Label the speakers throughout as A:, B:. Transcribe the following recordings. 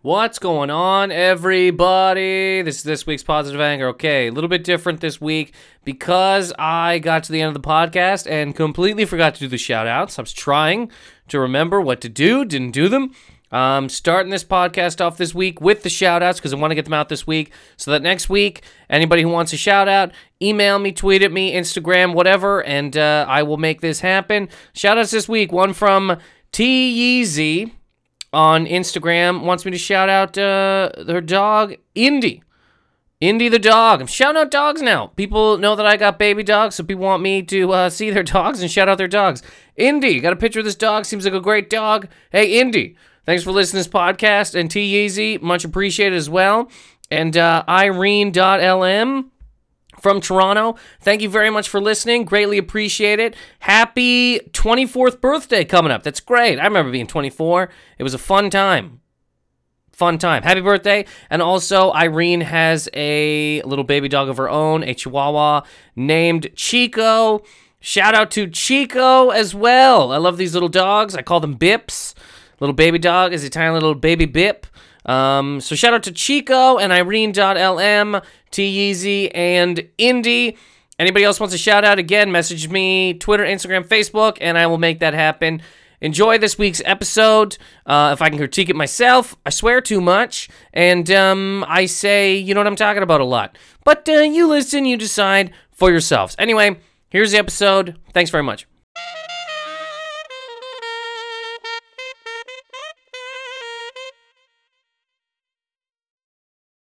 A: What's going on, everybody? This is this week's Positive Anger. Okay, a little bit different this week because I got to the end of the podcast and completely forgot to do the shout outs. I was trying to remember what to do, didn't do them. I'm starting this podcast off this week with the shout outs because I want to get them out this week so that next week, anybody who wants a shout out, email me, tweet at me, Instagram, whatever, and uh, I will make this happen. Shout outs this week one from T E Yeezy on Instagram wants me to shout out uh, her dog, Indy. Indy the dog. I'm shouting out dogs now. People know that I got baby dogs, so people want me to uh, see their dogs and shout out their dogs. Indy, got a picture of this dog. Seems like a great dog. Hey, Indy, thanks for listening to this podcast. And T Yeezy, much appreciated as well. And uh, Irene.lm from Toronto. Thank you very much for listening. Greatly appreciate it. Happy 24th birthday coming up. That's great. I remember being 24. It was a fun time. Fun time. Happy birthday. And also, Irene has a little baby dog of her own, a chihuahua named Chico. Shout out to Chico as well. I love these little dogs. I call them Bips. Little baby dog is a tiny little baby Bip. Um, so shout out to Chico and Irene.lm, T Yeezy, and Indy. Anybody else wants a shout out again, message me Twitter, Instagram, Facebook, and I will make that happen. Enjoy this week's episode. Uh, if I can critique it myself, I swear too much, and um, I say, you know what I'm talking about a lot. But uh, you listen, you decide for yourselves. Anyway, here's the episode. Thanks very much.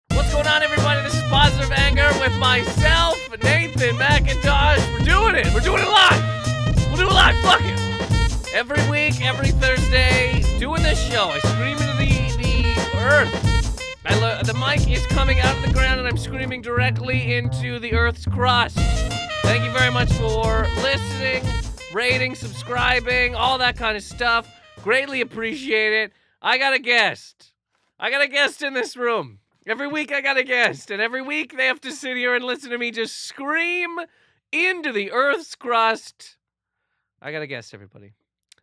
A: What's going on, everybody? This is Positive Anger with myself, Nathan McIntosh. We're doing it. We're doing it live. We'll do it live. Fuck it. Every week, every Thursday, doing this show. I scream into the, the earth. I lo- the mic is coming out of the ground, and I'm screaming directly into the earth's crust. Thank you very much for listening, rating, subscribing, all that kind of stuff. Greatly appreciate it. I got a guest. I got a guest in this room. Every week I got a guest, and every week they have to sit here and listen to me just scream into the earth's crust. I got a guest, everybody.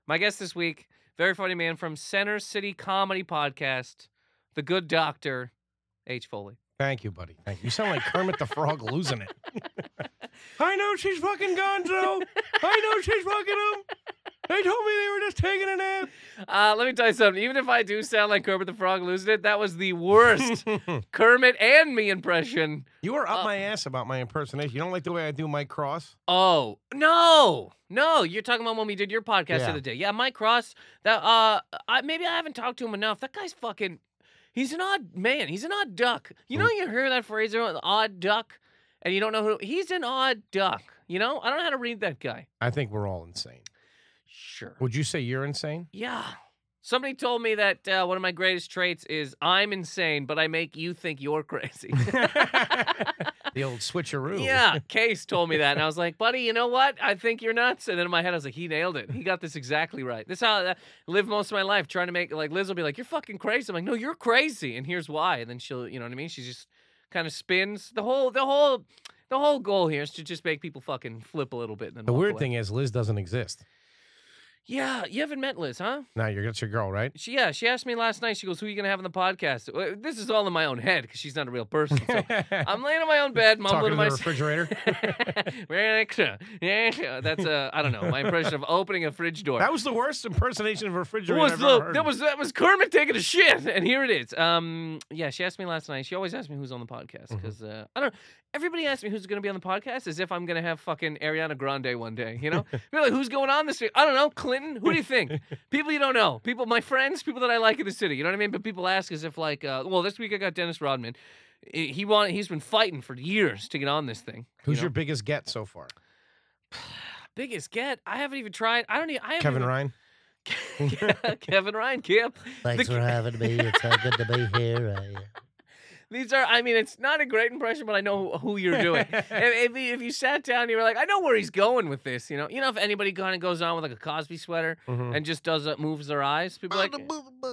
A: My guest this week, very funny man from Center City Comedy Podcast, the good doctor, H. Foley.
B: Thank you, buddy. Thank you. You sound like Kermit the Frog losing it. I know she's fucking Gonzo. I know she's fucking him. They told me they were just taking a nap.
A: Uh, let me tell you something. Even if I do sound like Kermit the Frog losing it, that was the worst Kermit and me impression.
B: You were up
A: Uh,
B: my ass about my impersonation. You don't like the way I do Mike Cross?
A: Oh no, no! You're talking about when we did your podcast the
B: Yeah.
A: other day. Yeah, Mike Cross. That uh, I, maybe I haven't talked to him enough. That guy's fucking. He's an odd man. He's an odd duck. You know, you hear that phrase, "an odd duck," and you don't know who. He's an odd duck. You know, I don't know how to read that guy.
B: I think we're all insane.
A: Sure.
B: Would you say you're insane?
A: Yeah. Somebody told me that uh, one of my greatest traits is I'm insane, but I make you think you're crazy.
B: The old switcheroo.
A: Yeah, Case told me that, and I was like, "Buddy, you know what? I think you're nuts." And then in my head, I was like, "He nailed it. He got this exactly right. This is how I uh, live most of my life, trying to make like Liz will be like, "You're fucking crazy." I'm like, "No, you're crazy," and here's why. And then she'll, you know what I mean? She just kind of spins the whole, the whole, the whole goal here is to just make people fucking flip a little bit. And then
B: The
A: walk
B: weird
A: away.
B: thing is, Liz doesn't exist.
A: yeah, you haven't met Liz, huh?
B: Now you're that's your girl, right?
A: She, yeah, she asked me last night. She goes, "Who are you gonna have on the podcast?" Uh, This is all in my own head because she's not a real person. So I'm laying on my own bed, mumbling to
B: Talking to the
A: myself.
B: refrigerator.
A: That's a I don't know my impression of opening a fridge door.
B: that was the worst impersonation of a
A: It
B: refrigerator
A: was
B: I've
A: the-
B: ever heard.
A: that was that was Kermit taking a shit, and here it is. Um, yeah, she asked me last night. She always asks me who's on the podcast
B: Mhm.
A: because uh, I don't. Everybody asks me who's going to be on the podcast as if I'm going to have fucking Ariana Grande one day. You know, They're like, who's going on this week? I don't know. Clinton. Who do you think? people you don't know. People, my friends, people that I like in the city. You know what I mean? But people ask as if like, uh, well, this week I got Dennis Rodman. I- He want, He's been fighting for years to get on this thing.
B: Who's
A: you know?
B: your biggest get so far?
A: biggest get? I haven't even tried. I don't even. I haven't
B: Kevin
A: even-
B: Ryan?
A: Kevin Ryan, Kip.
C: Thanks
A: The-
C: for having me. It's uh, good to be here. I, uh,
A: These are, I mean, it's not a great impression, but I know who you're doing. if, if, you- if you sat down, you were like, I know where he's going with this. You know, you know, if anybody kind of goes on with like a Cosby sweater
B: Mhm.
A: and just does uh, moves their eyes, people are like,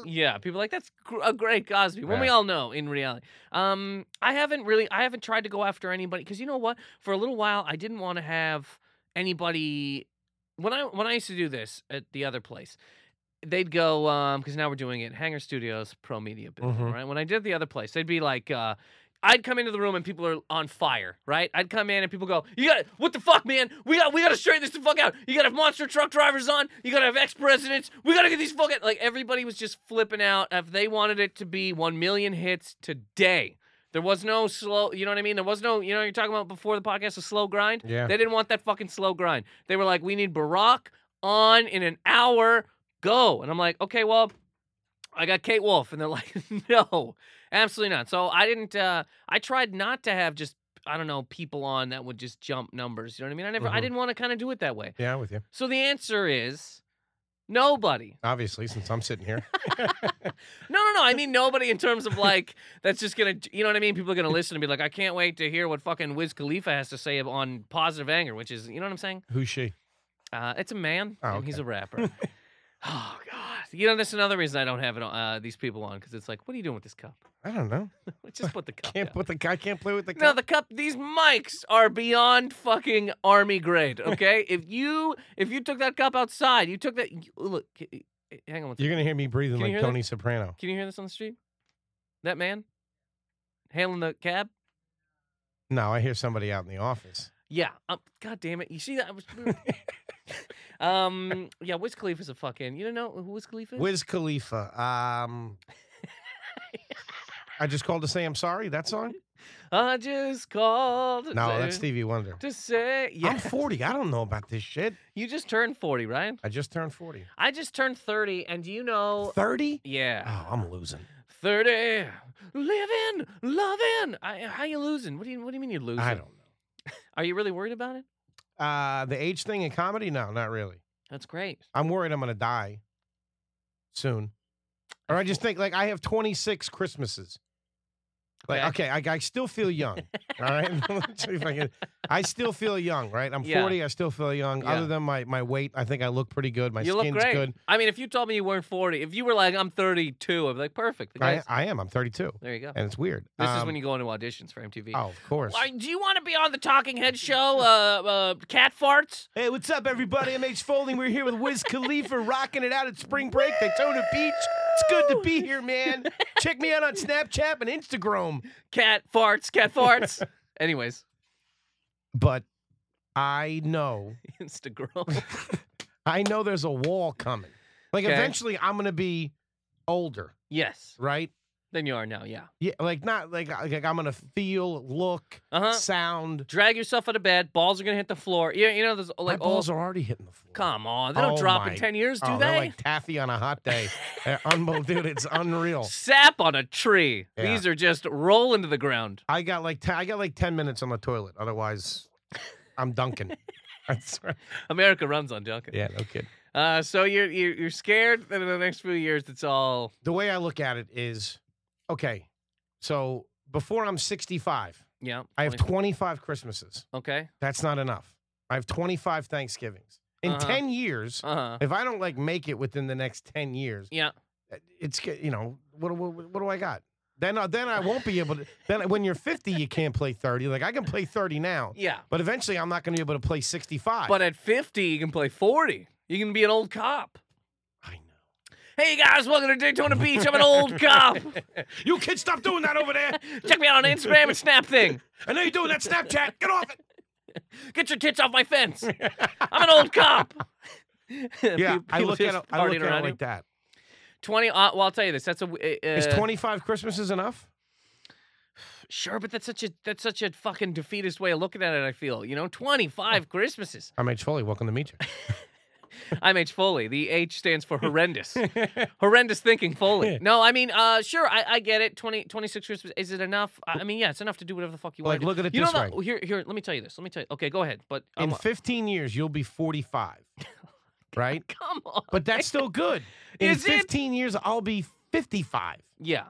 A: yeah, people are like that's gr- a great Cosby. When we
B: Yeah.
A: all know in reality, um, I haven't really, I haven't tried to go after anybody because you know what? For a little while, I didn't want to have anybody. When I when I used to do this at the other place, they'd go um because now we're doing it Hanger Studios Pro Media building,
B: Mhm.
A: right? When I did the other place, they'd be like, uh, I'd come into the room and people are on fire, right? I'd come in and people go, "You got what the fuck, man? We got we got to straighten this the fuck out. You got to have monster truck drivers on. You got to have ex presidents. We got to get these fucking like everybody was just flipping out. If they wanted it to be one million hits today, there was no slow. You know what I mean? There was no. You know what you're talking about before the podcast, a slow grind.
B: Yeah.
A: They didn't want that fucking slow grind. They were like, we need Barack on in an hour. Go. And I'm like, okay, well, I got Kate Wolf. And they're like, no, absolutely not. So I didn't, uh, I tried not to have just, I don't know, people on that would just jump numbers. You know what I mean? I never, I
B: Mhm.
A: didn't want to kind of do it that way.
B: Yeah, I'm with you.
A: So the answer is nobody.
B: Obviously, since I'm sitting here.
A: No, no, no. I mean nobody in terms of like that's just gonna, you know what I mean? People are gonna listen and be like, I can't wait to hear what fucking Wiz Khalifa has to say on positive anger, which is, you know what I'm saying?
B: Who's she?
A: Uh, it's a man,
B: Oh,
A: and he's a rapper. oh God! You know, that's another reason I don't have it on, uh, these people on because it's like, what are you doing with this cup?
B: I don't know.
A: Let's just put the cup.
B: Can't
A: down.
B: put the guy can't play with the
A: no,
B: cup.
A: the cup. These mics are beyond fucking army grade. Okay, if you if you took that cup outside, you took that. you- oh, look, c- hang on. One
B: You're
A: second.
B: gonna hear me breathing
A: Can you
B: like
A: hear
B: Tony Soprano.
A: Can you hear this on the street? That man hailing the cab.
B: No, I hear somebody out in the office.
A: Yeah. Um, God damn it! You see that? I was. um. Yeah. Wiz Khalifa's a fucking. You don't know who Wiz Khalifa is?
B: Wiz Khalifa. Um I just called to say I'm sorry, that song?
A: I just called.
B: No,
A: to-
B: that's Stevie Wonder.
A: To say,
B: I'm
A: yeah.
B: 40. I don't know about this shit.
A: you just turned 40, Ryan.
B: I just turned 40.
A: I just turned 30, and do you know?
B: 30?
A: Yeah.
B: Oh, I'm losing.
A: 30. Living, loving. I, how you losing? What do you What do you mean you're losing?
B: I don't know.
A: Are you really worried about it?
B: Uh the age thing in comedy? No, not really.
A: That's great.
B: I'm worried I'm gonna die soon. Or I just think like I have 26 Christmases. Like okay, I, I still feel young. all right, Let's see if I, can- I still feel young. Right, I'm
A: Yeah.
B: 40. I still feel young.
A: Yeah.
B: Other than my my weight, I think I look pretty good. My
A: you look
B: skin's
A: great.
B: good.
A: I mean, if you told me you weren't 40, if you were like, I'm 32, I'd be like, perfect. The
B: I,
A: guy's-
B: I am. I'm 32,
A: there you go.
B: and it's weird. Um,
A: This is when you go into auditions for MTV.
B: Oh, of course.
A: Why- do you want to be on the Talking Head show, uh, uh, Cat Farts?
B: Hey, what's up, everybody? I'm H. Folding. We're here with Wiz Khalifa, rocking it out at spring break, Daytona Beach. It's good to be here, man. Check me out on Snapchat and Instagram.
A: Cat Farts, Cat Farts. Anyways,
B: But I know
A: Instagram.
B: I know there's a wall coming. Like
A: Okay.
B: eventually I'm gonna be older,
A: yes.
B: right?
A: Than you are now, yeah.
B: Yeah, like not like like I'm gonna feel, look,
A: Uh huh.
B: sound.
A: Drag yourself out of bed. Balls are gonna hit the floor. You, you know, there's
B: My
A: like
B: balls
A: old.
B: are already hitting the floor.
A: Come on, they don't
B: Oh
A: drop
B: my-
A: in ten years, do
B: oh,
A: they?
B: They're like taffy on a hot day. They're unbelievable, dude. It's unreal.
A: Sap on a tree.
B: oh. Yeah.
A: These are just rolling to the ground.
B: I got like te- I got like ten minutes on the toilet. Otherwise, I'm dunking. That's right.
A: America runs on Duncan.
B: Yeah, no kid.
A: Uh, so you're you're you're scared that in the next few years it's all
B: The way I look at it is, okay, so before I'm 65,
A: yeah.
B: I have
A: 20
B: 25 Christmases.
A: okay.
B: That's not enough. I have 25 Thanksgivings. In
A: Uh-huh.
B: 10 years,
A: Uh huh.
B: if I don't like make it within the next 10 years, eh,
A: Yeah.
B: it's get- you know, what what, what do I got? Then uh, then I won't be able to then when you're 50 you can't play 30. Like I can play 30 now,
A: Yeah.
B: but eventually I'm not going to be able to play 65.
A: But at fifty, you can play forty. You can be an old cop.
B: I know.
A: Hey guys, welcome to Daytona Beach. I'm an old cop.
B: You kids stop doing that over there.
A: Check me out on Instagram and Snap Thing.
B: I know you're doing that Snapchat. Get off it.
A: Get your tits off my fence. I'm an old cop.
B: Yeah,
A: People
B: I look at
A: just
B: it, I look
A: partying
B: at
A: around
B: it
A: you.
B: like that.
A: Twenty. Uh, well, I'll tell you this. That's a. w- Uh,
B: Is
A: uh,
B: 25 Christmases enough?
A: Sure, but that's such a that's such a fucking defeatist way of looking at it. I feel you know, twenty five Christmases.
B: I'm H. Foley. Welcome to meet you.
A: I'm H Foley. The H stands for horrendous, horrendous thinking Foley. No, I mean, uh, sure, I, I get it. 20, 26 Christmas. Is it enough? I, I mean, yeah, it's enough to do whatever the fuck you
B: Like,
A: want.
B: look at it
A: you
B: this
A: know
B: way.
A: that- Here, here. Let me tell you this. Let me tell you. Okay, go ahead. But
B: In
A: um,
B: 15 years, you'll be 45,
A: Oh
B: right?
A: come on.
B: But that's still good. In
A: Is it?
B: 15 years, I'll be 55
A: Yeah,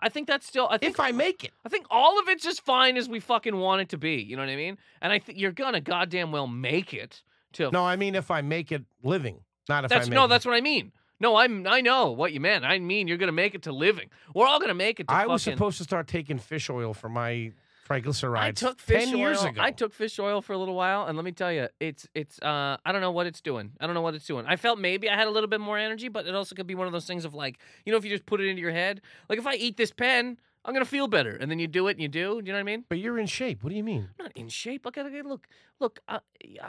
A: I think that's still. I think
B: if I make it.
A: I think all of it's just fine as we fucking want it to be. You know what I mean? And I think you're gonna goddamn well make it to.
B: No, I mean if I make it living, not if
A: that's
B: I make
A: no.
B: it.
A: That's what I mean. No, I'm. I know what you meant. I mean, you're gonna make it to living. We're all gonna make it. to
B: I was
A: fucking-
B: supposed to start taking fish oil for my Triglycerides.
A: I took fish
B: 10
A: oil.
B: years ago.
A: I took fish oil for a little while, and let me tell you, it's it's. Uh, I don't know what it's doing. I don't know what it's doing. I felt maybe I had a little bit more energy, but it also could be one of those things of like, you know, if you just put it into your head, like if I eat this pen, I'm gonna feel better, and then you do it, and you do. Do you know what I mean?
B: But you're in shape. What do you mean?
A: I'm not in shape. Look, I gotta look, look. Uh, uh,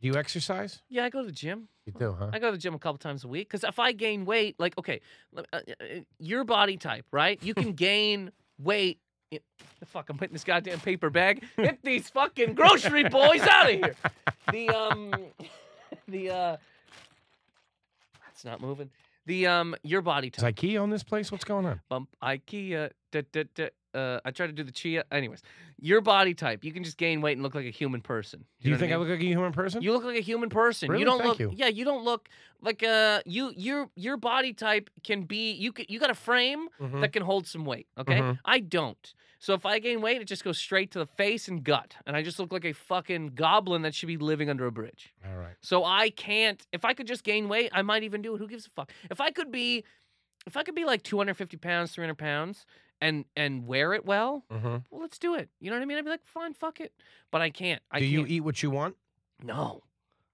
B: Do you exercise?
A: yeah, I go to the gym.
B: You do, huh?
A: I go to the gym a couple times a week because if I gain weight, like okay, let- uh, uh, your body type, right? You can gain weight. in- The fuck, I'm putting this goddamn paper bag. Get these fucking grocery boys out of here. The um, the uh, that's not moving. The um, your body
B: Is
A: type.
B: IKEA on this place? What's going on?
A: Bump IKEA. Da, da, da. Uh, I try to do the chia. Anyways, your body type. You can just gain weight and look like a human person.
B: Do you
A: know what
B: think
A: I
B: I
A: mean?
B: look like a human person?
A: You look like a human person.
B: Really?
A: You don't
B: Thank
A: look.
B: you.
A: Yeah, you don't look like uh you your your body type can be you c- you got a frame
B: Mhm.
A: that can hold some weight. Okay,
B: Mhm.
A: I don't. So if I gain weight, it just goes straight to the face and gut, and I just look like a fucking goblin that should be living under a bridge.
B: All right.
A: So I can't. If I could just gain weight, I might even do it. Who gives a fuck? If I could be, if I could be like 250 pounds, 300 pounds, and and wear it well,
B: Mm-hmm.
A: well, let's do it. You know what I mean? I'd be like, fine, fuck it. But I can't. I
B: do
A: can't.
B: you eat what you want?
A: No,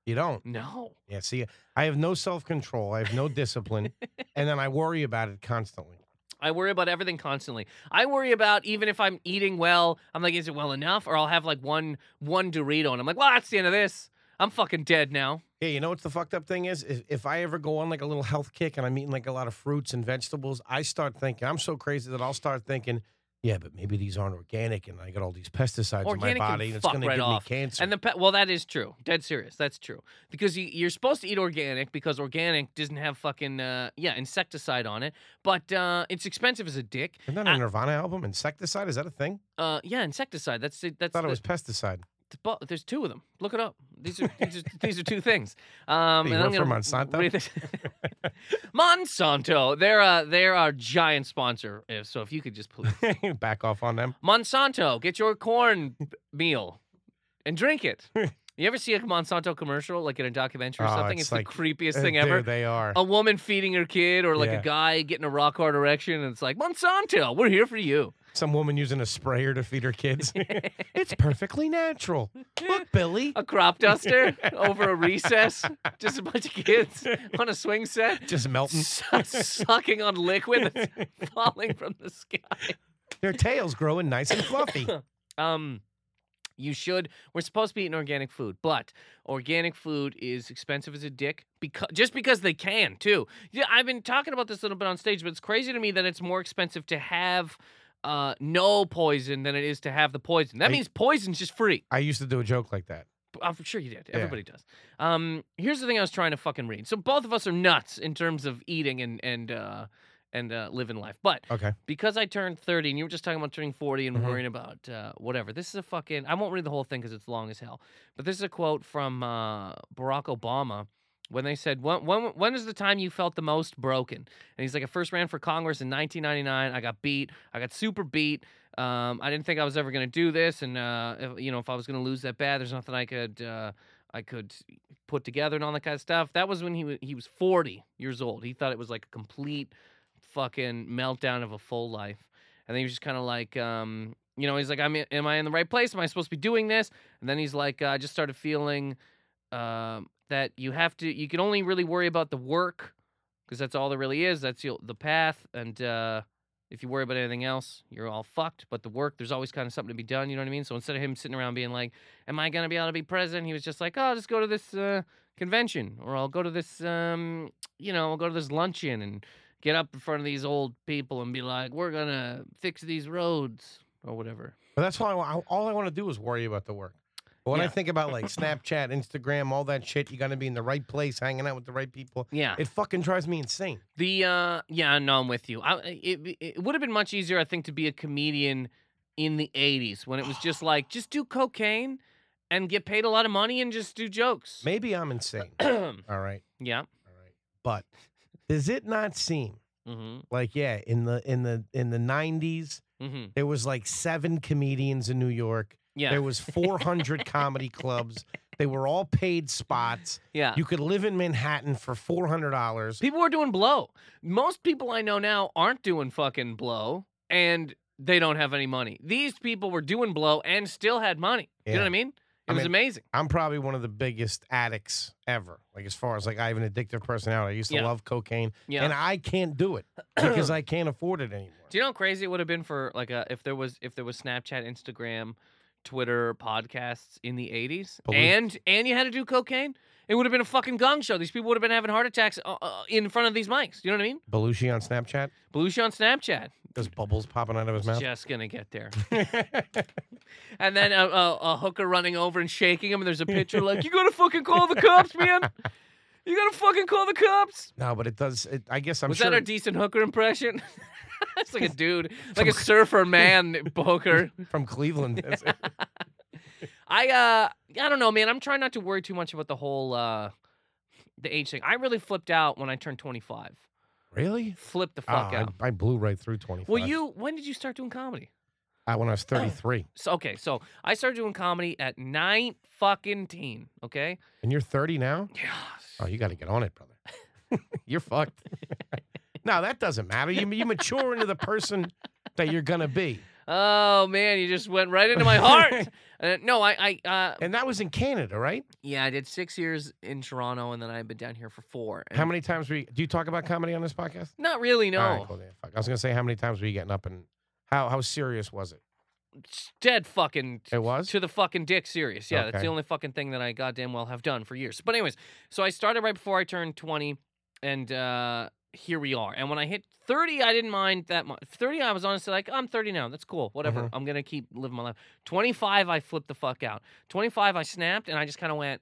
B: You don't.
A: no.
B: Yeah. See, I have no self control. I have no discipline, and then I worry about it constantly.
A: I worry about everything constantly. I worry about even if I'm eating well, I'm like, is it well enough? Or I'll have like one one Dorito, and I'm like, well, that's the end of this. I'm fucking dead now.
B: Yeah. You know what's the fucked up thing is? If, if I ever go on like a little health kick and I'm eating like a lot of fruits and vegetables, I start thinking I'm so crazy that I'll start thinking. Yeah, but maybe these aren't organic, and I got all these pesticides in
A: Organic
B: my
A: can
B: body, and it's
A: fuck
B: going
A: right
B: to give
A: off.
B: me cancer.
A: And the pe- well, that is true. Dead serious. That's true because you, you're supposed to eat organic because organic doesn't have fucking uh, yeah insecticide on it, but uh, it's expensive as a dick.
B: Isn't that a Nirvana album? Insecticide? Is that a thing?
A: Uh, yeah, insecticide. That's it. That's
B: I thought
A: the,
B: it was pesticide.
A: bu- there's two of them. Look it up. These are these are, these are two things. Um,
B: Hey,
A: and I'm
B: you work
A: gonna
B: for Monsanto?
A: read this- Monsanto. They're uh, they're our giant sponsor. If- So if you could just please
B: Back off on them.
A: Monsanto, get your corn b- meal and drink it. You ever see a Monsanto commercial, like in a documentary or
B: Oh,
A: something?
B: it's
A: It's,
B: like-
A: the creepiest
B: Uh,
A: thing
B: there
A: ever. Oh.
B: they are.
A: A woman feeding her kid, or like
B: Yeah.
A: a guy getting a rock hard erection, and it's like Monsanto, we're here for you.
B: Some woman using a sprayer to feed her kids. it's perfectly natural. Look, Billy.
A: a crop duster over a recess, just a bunch of kids on a swing set,
B: Just melting.
A: su- sucking on liquid that's falling from the sky.
B: Their tails growing nice and fluffy.
A: Um, you should. We're supposed to be eating organic food, but organic food is expensive as a dick because just because they can too. Yeah, I've been talking about this a little bit on stage, but it's crazy to me that it's more expensive to have uh no poison than it is to have the poison. That
B: I-
A: means poison's just free.
B: I used to do a joke like that.
A: I'm sure you did.
B: Yeah.
A: Everybody does. Um, here's the thing I was trying to fucking read. So both of us are nuts in terms of eating and and uh, and uh, living life. But
B: Okay.
A: because I turned 30, and you were just talking about turning 40 and
B: Mhm.
A: worrying about uh, whatever, this is a fucking. I won't read the whole thing because it's long as hell. But this is a quote from uh, Barack Obama when they said, when, when, when is the time you felt the most broken? And he's like, I first ran for Congress in 1999. I got beat. I got super beat. Um, I didn't think I was ever going to do this. And, uh, if, you know, if I was going to lose that bad, there's nothing I could. Uh, I could put together and all that kind of stuff. That was when he was, he was 40 years old. He thought it was like a complete fucking meltdown of a full life. And then he was just kind of like, um, you know, he's like, I'm, am I in the right place? Am I supposed to be doing this? And then he's like, uh, I just started feeling um, that you have to, you can only really worry about the work because that's all there really is. That's your, the path. And uh, if you worry about anything else, you're all fucked. But the work, there's always kind of something to be done. You know what I mean? So instead of him sitting around being like, am I going to be able to be president? He was just like, oh, I'll just go to this uh, convention or I'll go to this, um, you know, I'll go to this luncheon and get up in front of these old people and be like, we're going to fix these roads or whatever.
B: But that's why I, wa- all I want to do is worry about the work. But when I
A: Yeah.
B: think about like Snapchat, Instagram, all that shit, you got to be in the right place, hanging out with the right people.
A: Yeah.
B: It fucking drives me insane.
A: The uh yeah, no, I'm with you. I, it it would have been much easier, I think, to be a comedian in the '80s when it was just like just do cocaine and get paid a lot of money and just do jokes.
B: Maybe I'm insane. All right.
A: yeah.
B: All right. But does it not seem
A: Mm-hmm.
B: like yeah, in the in the in the 90s,
A: Mm-hmm.
B: there was like seven comedians in New York.
A: Yeah.
B: There was 400 comedy clubs. They were all paid spots.
A: yeah.
B: You could live in Manhattan for $400.
A: people were doing blow. Most people I know now aren't doing fucking blow, and they don't have any money. These people were doing blow and still had money. You know
B: Yeah.
A: what I mean? It
B: I
A: was
B: mean-
A: amazing.
B: I'm probably one of the biggest addicts ever. Like as far as like I have an addictive personality. I used to
A: Yeah.
B: love cocaine,
A: Yeah.
B: and I can't do it because I can't afford it anymore.
A: Do you know how crazy it would have been for like a, if there was if there was Snapchat, Instagram, Twitter, podcasts in the eighties,
B: Police.
A: and and you had to do cocaine, it would have been a fucking gong show. These people would have been having heart attacks uh, uh, in front of these mics. You know what I mean?
B: Belushi on Snapchat,
A: Belushi on Snapchat,
B: those bubbles popping out of his mouth.
A: just gonna get there.
B: yeah,
A: And then a, a, a hooker running over and shaking him, and there's a picture like, "You gotta fucking call the cops, man! You gotta fucking call the cops!"
B: no, but it does. It, I guess I'm
A: Was
B: sure.
A: that a decent hooker impression? it's like a dude, like a surfer man hooker.
B: from Cleveland. That's it.
A: I uh I don't know, man. I'm trying not to worry too much about the whole uh the age thing. I really flipped out when I turned 25.
B: Really?
A: Flipped the
B: Oh,
A: fuck
B: I,
A: out.
B: I blew right through 25.
A: Well, you when did you start doing comedy?
B: I, when I was 33,
A: So okay, so I started doing comedy at nine fucking teen. Okay.
B: and you're 30 now.
A: Yes.
B: Oh, you got to get on it, brother. you're fucked. no, that doesn't matter. You you mature into the person that you're gonna be,
A: Oh man, you just went right into my heart. uh, no, I I uh
B: and that was in Canada, right?
A: yeah, I did six years in Toronto, and then I've been down here for four.
B: How
A: and-
B: many times were you, do you talk about comedy on this podcast?
A: Not really. No.
B: All right, cool, then. Fuck. I was gonna say how many times were you getting up and how how serious was it?
A: Dead fucking
B: It was.
A: to the fucking dick serious. Yeah, that's
B: Okay.
A: the only fucking thing that I goddamn well have done for years. But anyways, so I started right before I turned 20 and uh here we are. And when I hit 30, I didn't mind that much. 30, I was honestly like, I'm 30 now. That's cool. Whatever.
B: Mhm.
A: I'm going to keep living my life. 25, I flipped the fuck out. 25, I snapped and I just kind of went,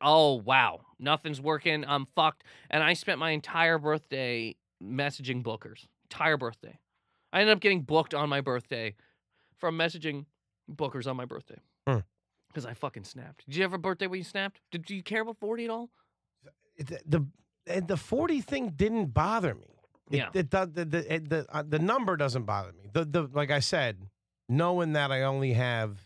A: "Oh, wow. Nothing's working. I'm fucked." And I spent my entire birthday messaging bookers. Entire birthday. I ended up getting booked on my birthday from messaging bookers on my birthday
B: Hmm.
A: because I fucking snapped. Did you have a birthday where you snapped? Did do you care about forty at all?
B: It- the and the 40 thing didn't bother me. It,
A: Yeah.
B: It, does- the the it- the, uh, the number doesn't bother me. The the like I said, knowing that I only have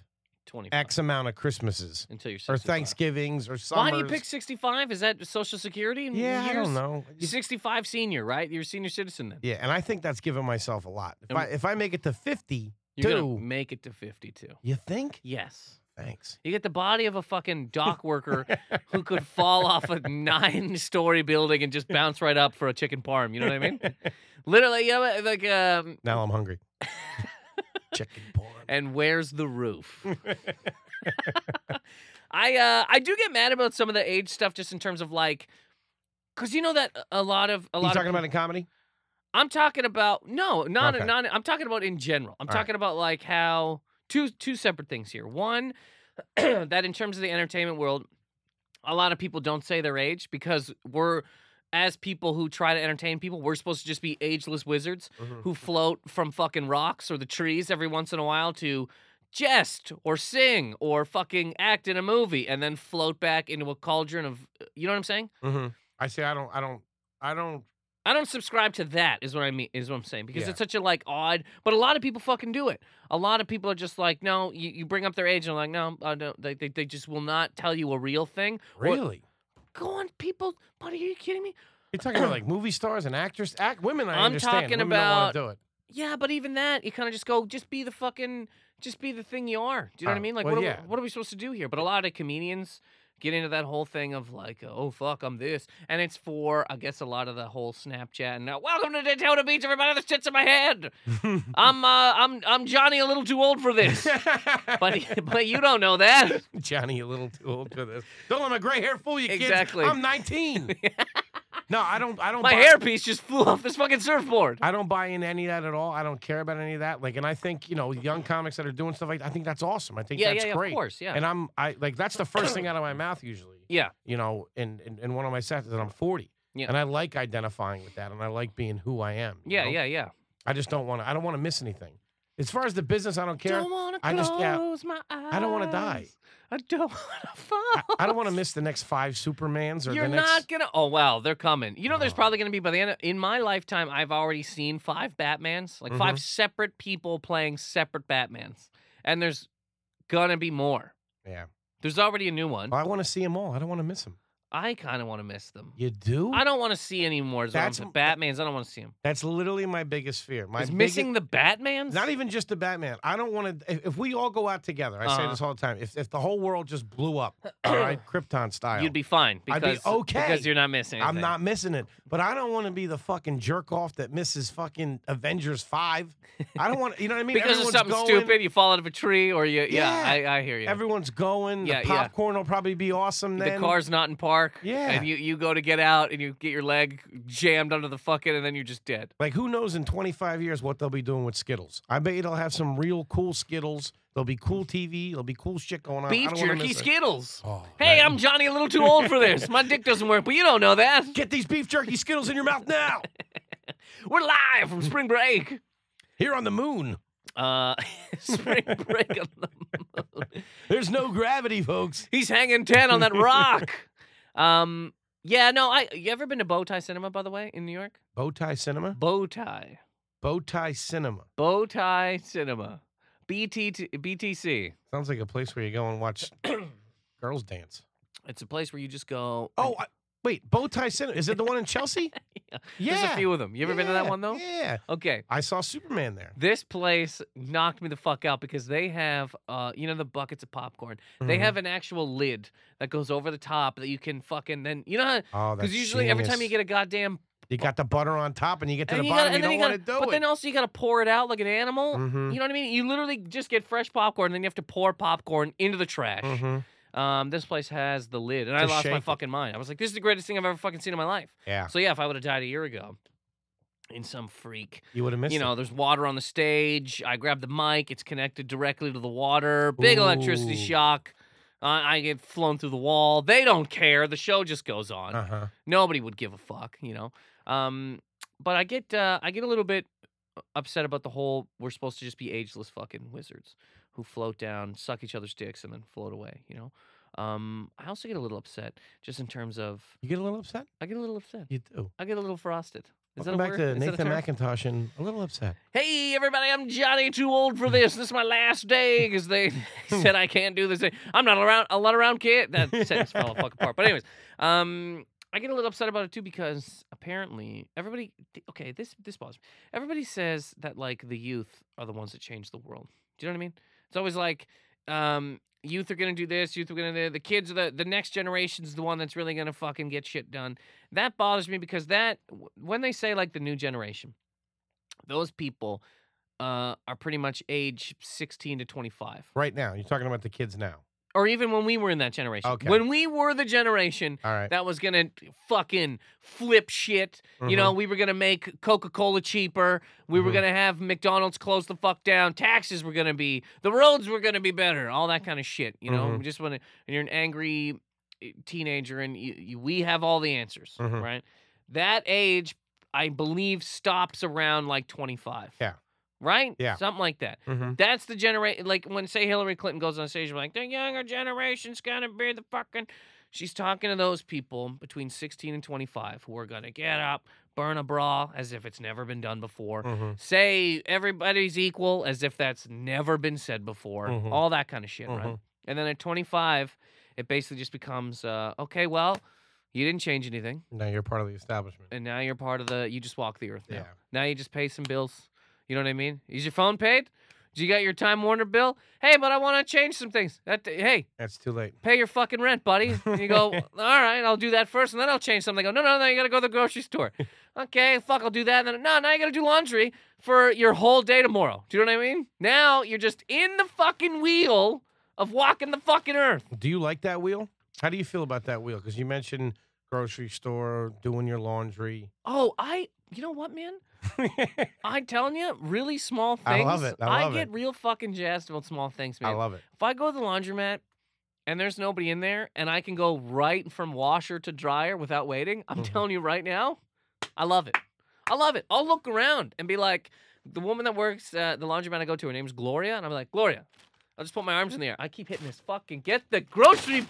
A: Twenty
B: X amount of Christmases
A: until you're 65.
B: or Thanksgivings or summers.
A: Why do you pick sixty five? Is that Social Security? in
B: Yeah, I
A: years?
B: don't know.
A: You're sixty five senior, right? You're a senior citizen then.
B: Yeah, and I think that's giving myself a lot. If
A: And-
B: I if I make it to 50,
A: You're gonna
B: Dude.
A: make it to fifty two.
B: you think?
A: Yes.
B: Thanks.
A: You get the body of a fucking dock worker who could fall off a nine story building and just bounce right up for a chicken parm. You know what I mean? Literally, you know, like, um,
B: Now I'm hungry. Chicken porn.
A: and where's the roof? I uh I do get mad about some of the age stuff just in terms of like cuz you know that a- a lot of a
B: you
A: lot
B: talking
A: of
B: about in comedy?
A: I'm talking about no, not
B: Okay.
A: not I'm talking about in general. I'm
B: All right.
A: talking about like how two two separate things here. One that in terms of the entertainment world a lot of people don't say their age because we're as people who try to entertain people, we're supposed to just be ageless wizards
B: Mm-hmm.
A: who float from fucking rocks or the trees every once in a while to jest or sing or fucking act in a movie and then float back into a cauldron of you know what I'm saying?
B: Mm-hmm. I say I don't I don't I don't
A: I don't subscribe to that is what I mean is what I'm saying because
B: Yeah.
A: it's such a like odd but a lot of people fucking do it. A lot of people are just like no, you, you bring up their age and they're like no, I don't they, they they just will not tell you a real thing. What-
B: really.
A: Go on people, buddy, are you kidding me?
B: You're talking about like movie stars and actors, act women. I
A: I'm
B: understand.
A: talking
B: women
A: about-
B: don't want to do it.
A: Yeah, but even that, you kind of just go, just be the fucking, just be the thing you are. Do you know what I
B: Oh,
A: mean? Like,
B: well,
A: what, are
B: yeah.
A: we, what are we supposed to do here? But a lot of comedians get into that whole thing of like, oh fuck, I'm this, and it's for, I guess, a lot of the whole Snapchat and uh, welcome to Daytona Beach, everybody. The shit's in my head. I'm, uh, I'm, I'm Johnny, a little too old for this. but, but you don't know that.
B: Johnny, a little too old for this. Don't let my gray hair fool you. kids.
A: Exactly.
B: I'm 19. no, I don't. I don't.
A: My
B: buy,
A: hairpiece just flew off this fucking surfboard.
B: I don't buy in any of that at all. I don't care about any of that. Like, and I think you know, young comics that are doing stuff like that, I think that's awesome. I think
A: Yeah,
B: that's
A: yeah, yeah,
B: great.
A: of course, yeah,
B: And I'm, I like that's the first thing out of my mouth usually.
A: yeah.
B: You know, in in, in one of my sets that I'm 40.
A: Yeah.
B: And I like identifying with that, and I like being who I am. you
A: Yeah,
B: know?
A: yeah, yeah.
B: I just don't want to. I don't want to miss anything. As far as the business, I don't care.
A: Don't wanna
B: I
A: close
B: just- yeah.
A: my eyes.
B: I don't wanna die.
A: I don't wanna fall.
B: I don't want to miss the next five Supermans or
A: You're
B: the
A: not
B: next.
A: gonna. Oh wow, they're coming. You know, there's
B: Oh.
A: probably gonna be by the end of, in my lifetime. I've already seen five Batmans, like
B: Mm-hmm.
A: five separate people playing separate Batmans, and there's gonna be more.
B: Yeah.
A: There's already a new one.
B: I want to see them all. I don't want to miss them.
A: I kind of want to miss them.
B: You do?
A: I don't want to see any more
B: That's-
A: zombies. Batman's. I don't want to see him.
B: That's literally my biggest fear. My
A: Is
B: biggest-
A: missing the Batman's?
B: Not even just the Batman. I don't want to. If, if we all go out together, I say
A: Uh-huh.
B: this all the time. If, if the whole world just blew up, all right, Krypton style,
A: You'd be fine
B: I'd
A: because
B: be okay.
A: because you're not missing.
B: I'm
A: anything.
B: not missing it. But I don't want to be the fucking jerk off that misses fucking Avengers five. I don't want. You know what I mean?
A: because of
B: Everyone's
A: something
B: going,
A: stupid. You fall out of a tree, or you. Yeah,
B: Yeah.
A: I, I hear you.
B: Everyone's going.
A: Yeah,
B: the
A: yeah.
B: popcorn will probably be awesome.
A: the
B: Then
A: car's not in park.
B: Yeah.
A: and you you go to get out, and you get your leg jammed under the fucking, and then you're just dead.
B: Like who knows in 25 years what they'll be doing with Skittles? I bet they'll have some real cool Skittles. There'll be cool TV. There'll be cool shit going on. I
A: Beef
B: don't wanna
A: jerky
B: miss it.
A: Skittles.
B: Oh,
A: Hey,
B: that-
A: I'm Johnny. A little too old for this. My dick doesn't work, but you don't know that.
B: Get these beef jerky Skittles in your mouth now.
A: We're live from spring break.
B: Here on the moon.
A: Uh, spring break on the moon.
B: There's no gravity, folks.
A: He's hanging ten on that rock. Um, yeah, no. I you ever been to Bowtie Cinema by the way in New York?
B: Bowtie Cinema?
A: Bowtie,
B: Bowtie Cinema.
A: Bowtie Cinema, BT BTC.
B: Sounds like a place where you go and watch girls dance.
A: It's a place where you just go.
B: Oh, I, wait. Bowtie Cinema. Is it the one in Chelsea?
A: Yeah.
B: yeah.
A: There's a few of them. You ever been to that
B: Yeah,
A: one though?
B: Yeah.
A: Okay.
B: I saw Superman there.
A: This place knocked me the fuck out because they have, uh, you know, the buckets of popcorn. They
B: Mhm.
A: have an actual lid that goes over the top that you can fucking then, you know,
B: Oh, that's
A: because usually every time you
B: genius.
A: get a goddamn
B: You got the butter on top and you get to
A: and
B: the
A: you
B: bottom,
A: gotta- and
B: you
A: then
B: don't
A: you
B: want to
A: gotta-
B: do
A: but
B: it.
A: then also you got to pour it out like an animal.
B: Mhm.
A: You know what I mean? You literally just get fresh popcorn, and then you have to pour popcorn into the trash.
B: Mhm.
A: Um, this place has the lid, and I
B: Just
A: lost
B: shake
A: my
B: it.
A: fucking mind. I was like, "This is the greatest thing I've ever fucking seen in my life."
B: Yeah.
A: So yeah, if I would have died a year ago, in some freak,
B: You would have missed
A: you know, there's water on the stage. I grab the mic; it's connected directly to the water. Big electricity
B: Ooh.
A: shock. I I get flown through the wall. They don't care. The show just goes on
B: it. Uh huh.
A: nobody would give a fuck, you know. Um, but I get uh, I get a little bit upset about the whole we're supposed to just be ageless fucking wizards who float down, suck each other's dicks, and then float away, you know. Um, I also get a little upset just in terms of
B: You get a little upset?
A: I get a little upset.
B: You do.
A: I get a little frosted. Is
B: Welcome
A: that a
B: back
A: word?
B: to
A: Is that a term?
B: Nathan McIntosh and a little upset.
A: Hey everybody, I'm Johnny. Too old for this. This is my last day because they said I can't do this. I'm not around. A lot around kid. That sentence fell the fuck apart. But anyways, um, I get a little upset about it too because apparently everybody. th- Okay, this this bothers me. Everybody says that like the youth are the ones that change the world. Do you know what I mean? It's always like, um, youth are gonna do this. Youth are gonna do the kids are the the next generation's the one that's really gonna fucking get shit done. That bothers me because that when they say like the new generation those people uh, are pretty much age 16 to 25
B: Right now, you're talking about the kids now.
A: or even when we were in that generation
B: Okay.
A: when we were the generation
B: All right.
A: that was gonna fucking flip shit you
B: Mm-hmm.
A: know we were gonna make coca-cola cheaper we were
B: Mhm.
A: gonna have mcdonald's close the fuck down taxes were gonna be the roads were gonna be better all that kind of shit you know
B: Mhm.
A: just when you're an angry eh, teenager and you, you, we have all the answers
B: Mhm.
A: right that age i believe stops around like 25
B: Yeah.
A: right
B: Yeah.
A: something like that
B: Mhm.
A: that's the generation. Like when say Hillary Clinton goes on stage, we're like the younger generation's gonna be the fucking. She's talking to those people between 16 and 25 who are gonna get up, burn a bra as if it's never been done before.
B: Mhm.
A: Say everybody's equal as if that's never been said before.
B: Mhm.
A: All that kind of shit, right?
B: Mhm.
A: And then at 25, it basically just becomes uh, okay. Well, you didn't change anything,
B: Now you're part of the establishment.
A: and now you're part of the. You just walk the earth now.
B: Yeah.
A: Now you just pay some bills. You know what I mean? Is your phone paid? Did you got your Time Warner bill? Hey, but I want to change some things. That hey,
B: That's too late.
A: pay your fucking rent, buddy. And you go, all right, I'll do that first, and then I'll change something. They go, no, no, no, you gotta go to the grocery store. okay, fuck, I'll do that. And then no, now you gotta do laundry for your whole day tomorrow. Do you know what I mean? Now you're just in the fucking wheel of walking the fucking earth.
B: Do you like that wheel? How do you feel about that wheel? Because you mentioned grocery store, doing your laundry.
A: Oh, I, you know what, man? I'm telling you, really small
B: I
A: things.
B: love it. I love
A: get
B: it.
A: real fucking jazzed about small things,
B: I
A: man.
B: love it.
A: if I go to the laundromat and there's nobody in there and I can go right from washer to dryer without waiting, I'm
B: Mhm.
A: telling you right now, I love it. I love it. I'll look around and be like, the woman that works uh, the laundromat I go to, her name's Gloria, and I'm like, Gloria, I'll just put my arms in the air. I keep hitting this fucking get the grocery.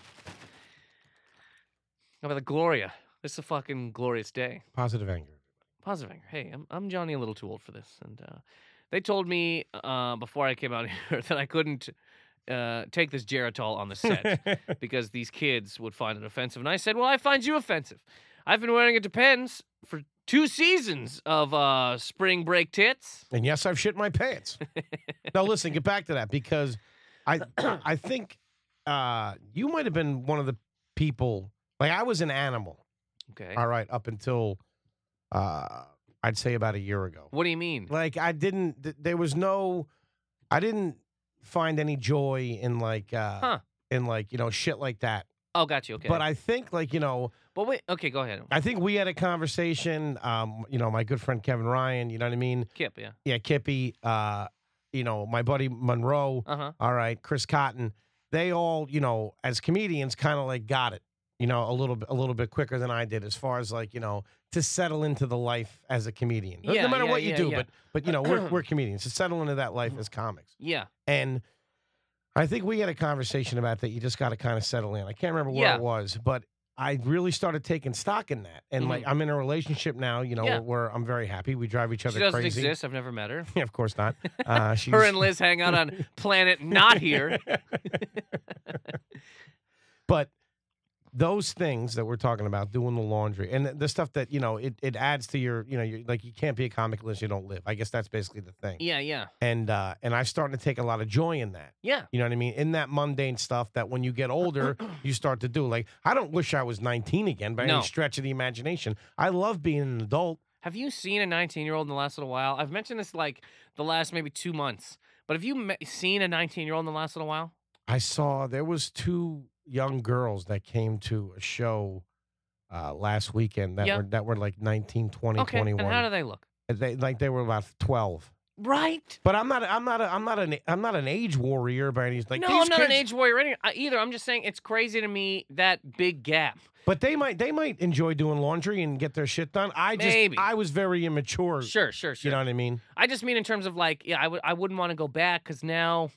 A: I'm like, Gloria, this is a fucking glorious day.
B: Positive anger.
A: Positive anger. Hey, I'm, I'm Johnny, a little too old for this. And uh, they told me uh, before I came out here that I couldn't uh, take this Geritol on the set because these kids would find it offensive. And I said, Well, I find you offensive. I've been wearing it depends for two seasons of uh, spring break tits.
B: And yes, I've shit my pants. now listen, get back to that because I I think uh, you might have been one of the people like I was an animal.
A: Okay.
B: All right, up until uh, I'd say about a year ago.
A: What do you mean?
B: Like I didn't. th- There was no. I didn't find any joy in like uh
A: Huh.
B: in like you know shit like that.
A: Oh, got you. Okay.
B: But I think like you know
A: But wait. Okay, go ahead.
B: I think we had a conversation. Um, you know my good friend Kevin Ryan. You know what I mean?
A: Kip, yeah.
B: Yeah, Kippy. Uh, you know my buddy Monroe.
A: Uh huh.
B: All right, Chris Cotton. They all, you know, as comedians, kind of like got it, you know, a little bit, a little bit quicker than I did, as far as like, you know, to settle into the life as a comedian. No-
A: Yeah,
B: no matter
A: yeah,
B: what you
A: yeah,
B: do,
A: yeah.
B: but but you know, we're we're comedians to settle into that life as comics.
A: Yeah.
B: And I think we had a conversation about that. You just got to kind of settle in. I can't remember where
A: Yeah.
B: it was, but I really started taking stock in that. And like, I'm in a relationship now, you know,
A: Mm-hmm. Yeah.
B: where I'm very happy. We drive each
A: She
B: other
A: doesn't
B: crazy.
A: exist. I've never met her.
B: Yeah, of course not. Uh, she's,
A: Her and Liz hang out on planet not here.
B: but those things that we're talking about, doing the laundry and the- the stuff that you know, it, it adds to your, you know, you like you can't be a comic unless you don't live. I guess that's basically the thing.
A: Yeah, yeah,
B: And uh, and I'm starting to take a lot of joy in that.
A: yeah.
B: You know what I mean? In that mundane stuff that when you get older, you start to do. Like I don't wish I was 19 again by
A: No.
B: any stretch of the imagination. I love being an adult.
A: Have you seen a 19 year old in the last little while? I've mentioned this like the last maybe two months, but have you me- seen a 19 year old in the last little while?
B: I saw there was two young girls that came to a show uh, last weekend that
A: Yeah.
B: were that were like 19, 20,
A: Okay. And
B: 21.
A: how do they look?
B: they like they were about 12.
A: Right.
B: But I'm not I'm not a, I'm not an I'm not an age warrior by any like
A: no,
B: these
A: I'm not an
B: kids-
A: age warrior any- I- either. I'm just saying it's crazy to me that big gap.
B: But they might they might enjoy doing laundry and get their shit done. I just
A: Maybe.
B: I was very immature.
A: Sure, sure, sure.
B: You know what I mean?
A: I just mean in terms of like, yeah, I would I wouldn't want to go back because now,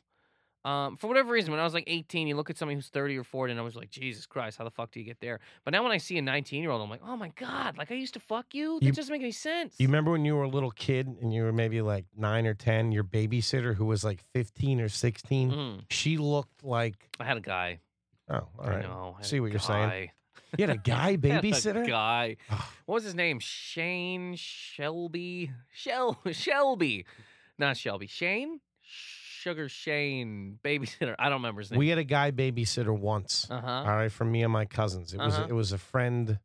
A: um, for whatever reason, when I was like 18, you look at somebody who's 30 or 40, and I was like, Jesus Christ, how the fuck do you get there? But now when I see a 19 year old, I'm like, oh my god, like I used to fuck you. That
B: You-
A: doesn't make any sense.
B: You remember when you were a little kid and you were maybe like 9 or 10, your babysitter who was like 15 or 16,
A: Mm,
B: she looked like
A: I had a guy.
B: oh, all right.
A: I know. I had
B: See
A: a
B: what you're saying.
A: guy.
B: You had a guy
A: I had a
B: babysitter?
A: guy.
B: Oh.
A: What was his name? Shane Shelby. Shel Shelby, not Shelby. Shane Sugar Shane babysitter. I don't remember his name.
B: We had a guy babysitter once.
A: uh huh.
B: All right, for me and my cousins. It was
A: Uh-huh.
B: it was a friend.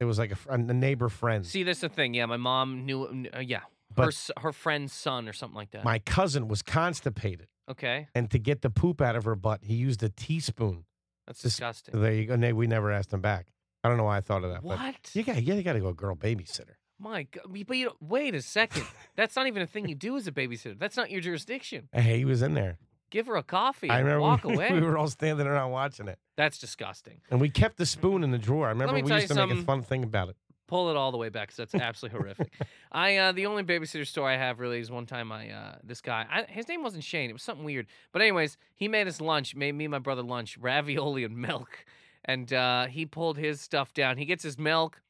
B: It was like a, fr- a neighbor friend.
A: See, that's the thing. Yeah, my mom knew. kn- Uh, yeah, her
B: But-
A: s- her friend's son or something like that.
B: my cousin was constipated,
A: okay,
B: and to get the poop out of her butt, he used a teaspoon.
A: that's
B: Just-
A: disgusting.
B: There you go. And they- we never asked him back. I don't know why I thought of that. But
A: What?
B: you got you got to go girl babysitter.
A: My God! But you don't, wait a second. That's not even a thing you do as a babysitter. That's not your jurisdiction.
B: Hey, he was in there.
A: Give her a coffee.
B: I
A: and
B: remember
A: walk
B: we,
A: away.
B: we were all standing around watching it,
A: That's disgusting.
B: and we kept the spoon in the drawer. I remember
A: me
B: we
A: tell
B: used to
A: you
B: make a
A: something.
B: fun thing about it.
A: Pull it all the way back because that's absolutely horrific. I uh, the only babysitter story I have really is one time I uh, this guy I, his name wasn't Shane it was something weird but anyways he made us lunch made me and my brother lunch ravioli and milk and uh, he pulled his stuff down he gets his milk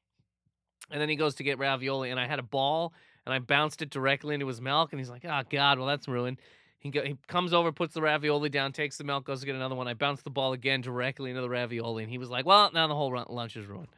A: and then he goes to get ravioli and I had a ball and I bounced it directly into his milk and he's like oh god well that's ruined. He, go, he comes over, puts the ravioli down, takes the milk, goes to get another one. I bounce the ball again directly into the ravioli, and he was like, "Well, now the whole run- lunch is ruined."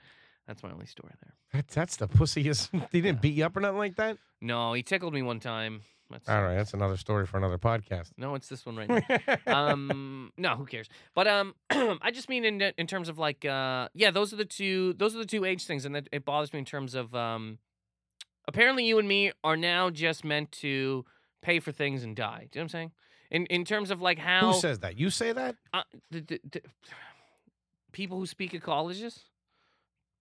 A: That's my only story there.
B: That, that's the pussiest. he didn't beat you up or nothing like that.
A: No, he tickled me one time. That's
B: All right, that's another story for another podcast.
A: No, it's this one right now. um, no, who cares? But um, I just mean in in terms of like uh, yeah, those are the two those are the two age things, and that it bothers me in terms of um, apparently you and me are now just meant to pay for things and die. Do you know what I'm saying? In in terms of like how
B: Who says that? You say that?
A: uh, the, the, the, people who speak at colleges,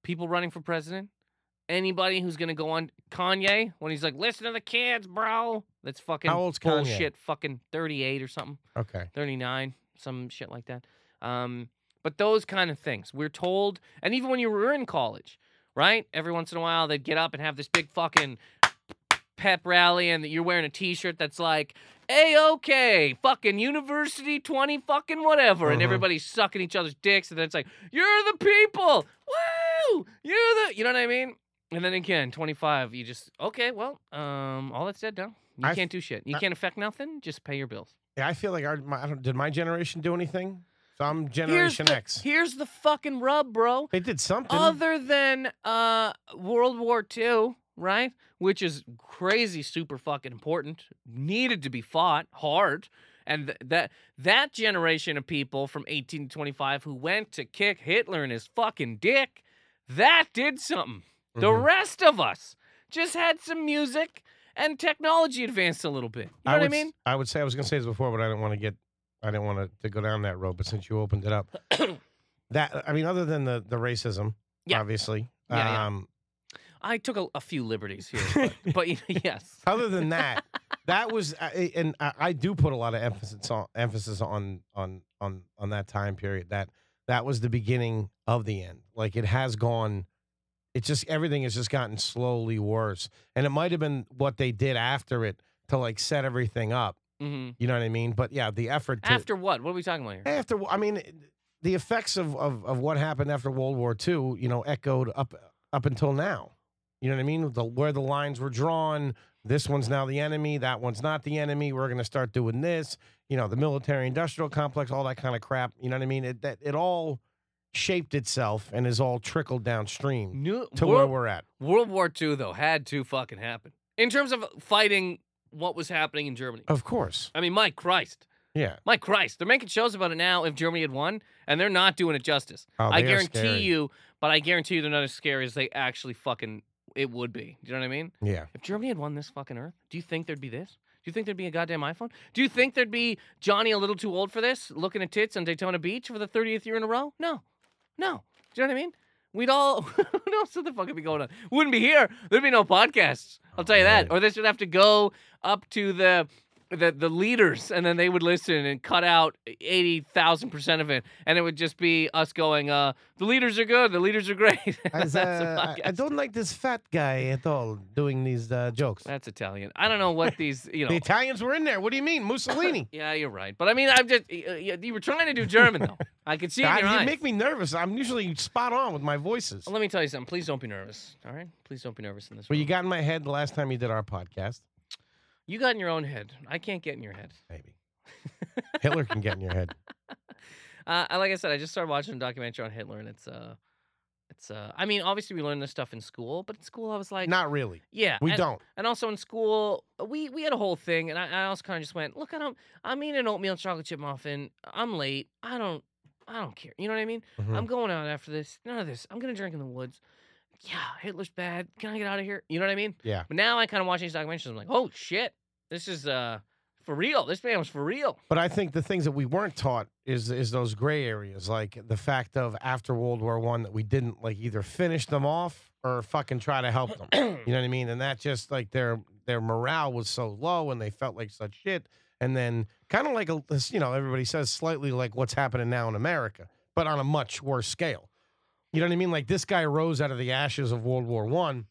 A: people running for president, anybody who's gonna go on Kanye when he's like, "Listen to the kids, bro." That's fucking
B: How old's Kanye?
A: bullshit. Fucking thirty-eight or something,
B: Okay.
A: thirty-nine, some shit like that. Um, but those kind of things we're told, and even when you were in college, right? Every once in a while, they'd get up and have this big fucking pep rally, and that you're wearing a T-shirt that's like a okay, fucking university twenty fucking whatever, and
B: Mhm.
A: everybody's sucking each other's dicks, and then it's like you're the people, woo, you're the, you know what I mean? And then again, twenty five, you just okay, well, um, all that's said now, You
B: I-
A: can't do shit. You
B: I-
A: can't affect nothing. Just pay your bills.
B: Yeah, I feel like our, my, I don't, did my generation do anything? So I'm Generation
A: here's
B: X.
A: The, here's the fucking rub, bro.
B: They did something.
A: Other than uh, World War II, right? Which is crazy, super fucking important. Needed to be fought hard. And th- that that generation of people from 18 to 25 who went to kick Hitler in his fucking dick, that did something. The
B: Mhm.
A: rest of us just had some music and technology advanced a little bit. You know
B: I
A: what I
B: would s-
A: mean?
B: I would say I was going to say this before, but I didn't want to get, I didn't want to, to go down that road. But since you opened it up, that I mean, other than the the racism,
A: Yeah.
B: obviously,
A: Yeah, yeah.
B: um,
A: I took a, a few liberties here, but, but y- yes.
B: other than that, that was, I- and I I do put a lot of emphasis on emphasis on on on on that time period. That that was the beginning of the end. Like it has gone. It's just everything has just gotten slowly worse, and it might have been what they did after it to like set everything up.
A: hmm
B: You know what I mean? But yeah, the effort to,
A: After what? What are we talking about here?
B: After, I mean, the effects of, of, of what happened after World War II, you know, echoed up up until now. You know what I mean? The, where the lines were drawn. This one's now the enemy. That one's not the enemy. We're going to start doing this. You know, the military-industrial complex, all that kind of crap. You know what I mean? It that it all shaped itself and is all trickled downstream
A: New,
B: to where
A: World,
B: we're at.
A: World War II, though, had to fucking happen. In terms of fighting what was happening in Germany.
B: Of course,
A: I mean, my Christ.
B: yeah.
A: My Christ. They're making shows about it now if Germany had won, and they're not doing it justice.
B: Oh,
A: I
B: they are
A: guarantee
B: scary.
A: you, but I guarantee you they're not as scary as they actually fucking it would be. Do you know what I mean?
B: Yeah,
A: If Germany had won this fucking earth, do you think there'd be this? Do you think there'd be a goddamn iPhone? Do you think there'd be Johnny a little too old for this, looking at tits on Daytona Beach for the 30th year in a row? No. No. Do you know what I mean? We'd all, what else would the fuck would be going on? Wouldn't be here. There'd be no podcasts. I'll tell you that.
B: man.
A: Or this would have to go up to the, the, the leaders and then they would listen and cut out 80,000% of it. And it would just be us going, uh, the leaders are good. The leaders are great.
B: As,
A: That's a
B: uh, I, I
A: podcast.
B: don't like this fat guy at all doing these uh, jokes.
A: That's Italian. I don't know what these, you know.
B: The Italians were in there. What do you mean, Mussolini?
A: Yeah, you're right. But I mean, I'm just y- y- you were trying to do German though. I could see it in
B: God,
A: your
B: you
A: eyes.
B: make me nervous. I'm usually spot on with my voices.
A: Let me tell you something. Please don't be nervous. All right. Please don't be nervous in this.
B: Well, you
A: room.
B: got in my head the last time you did our podcast.
A: you got in your own head. I can't get in your head.
B: Maybe Hitler can get in your head.
A: Uh, I- like I said, I just started watching a documentary on Hitler, and it's uh, it's uh. I mean, obviously we learned this stuff in school, but in school I was like,
B: Not really.
A: yeah,
B: We
A: and-
B: don't.
A: And also in school, we we had a whole thing, and I, I also kind of just went, look, I don't. I'm eating an oatmeal and chocolate chip muffin. I'm late. I don't. I don't care. You know what I mean?
B: Mhm.
A: I'm going out after this. None of this. I'm gonna drink in the woods. Yeah, Hitler's bad. Can I get out of here? You know what I mean?
B: Yeah.
A: But now I kind of watch these documentaries. I'm like, oh shit, this is uh for real. This man was for real.
B: But I think the things that we weren't taught is is those gray areas, like the fact of after World War One that we didn't like either finish them off or fucking try to help them. You know what I mean? And that just like their their morale was so low and they felt like such shit. And then kind of like a this, you know everybody says slightly like what's happening now in America, but on a much worse scale. You know what I mean? Like this guy rose out of the ashes of World War One,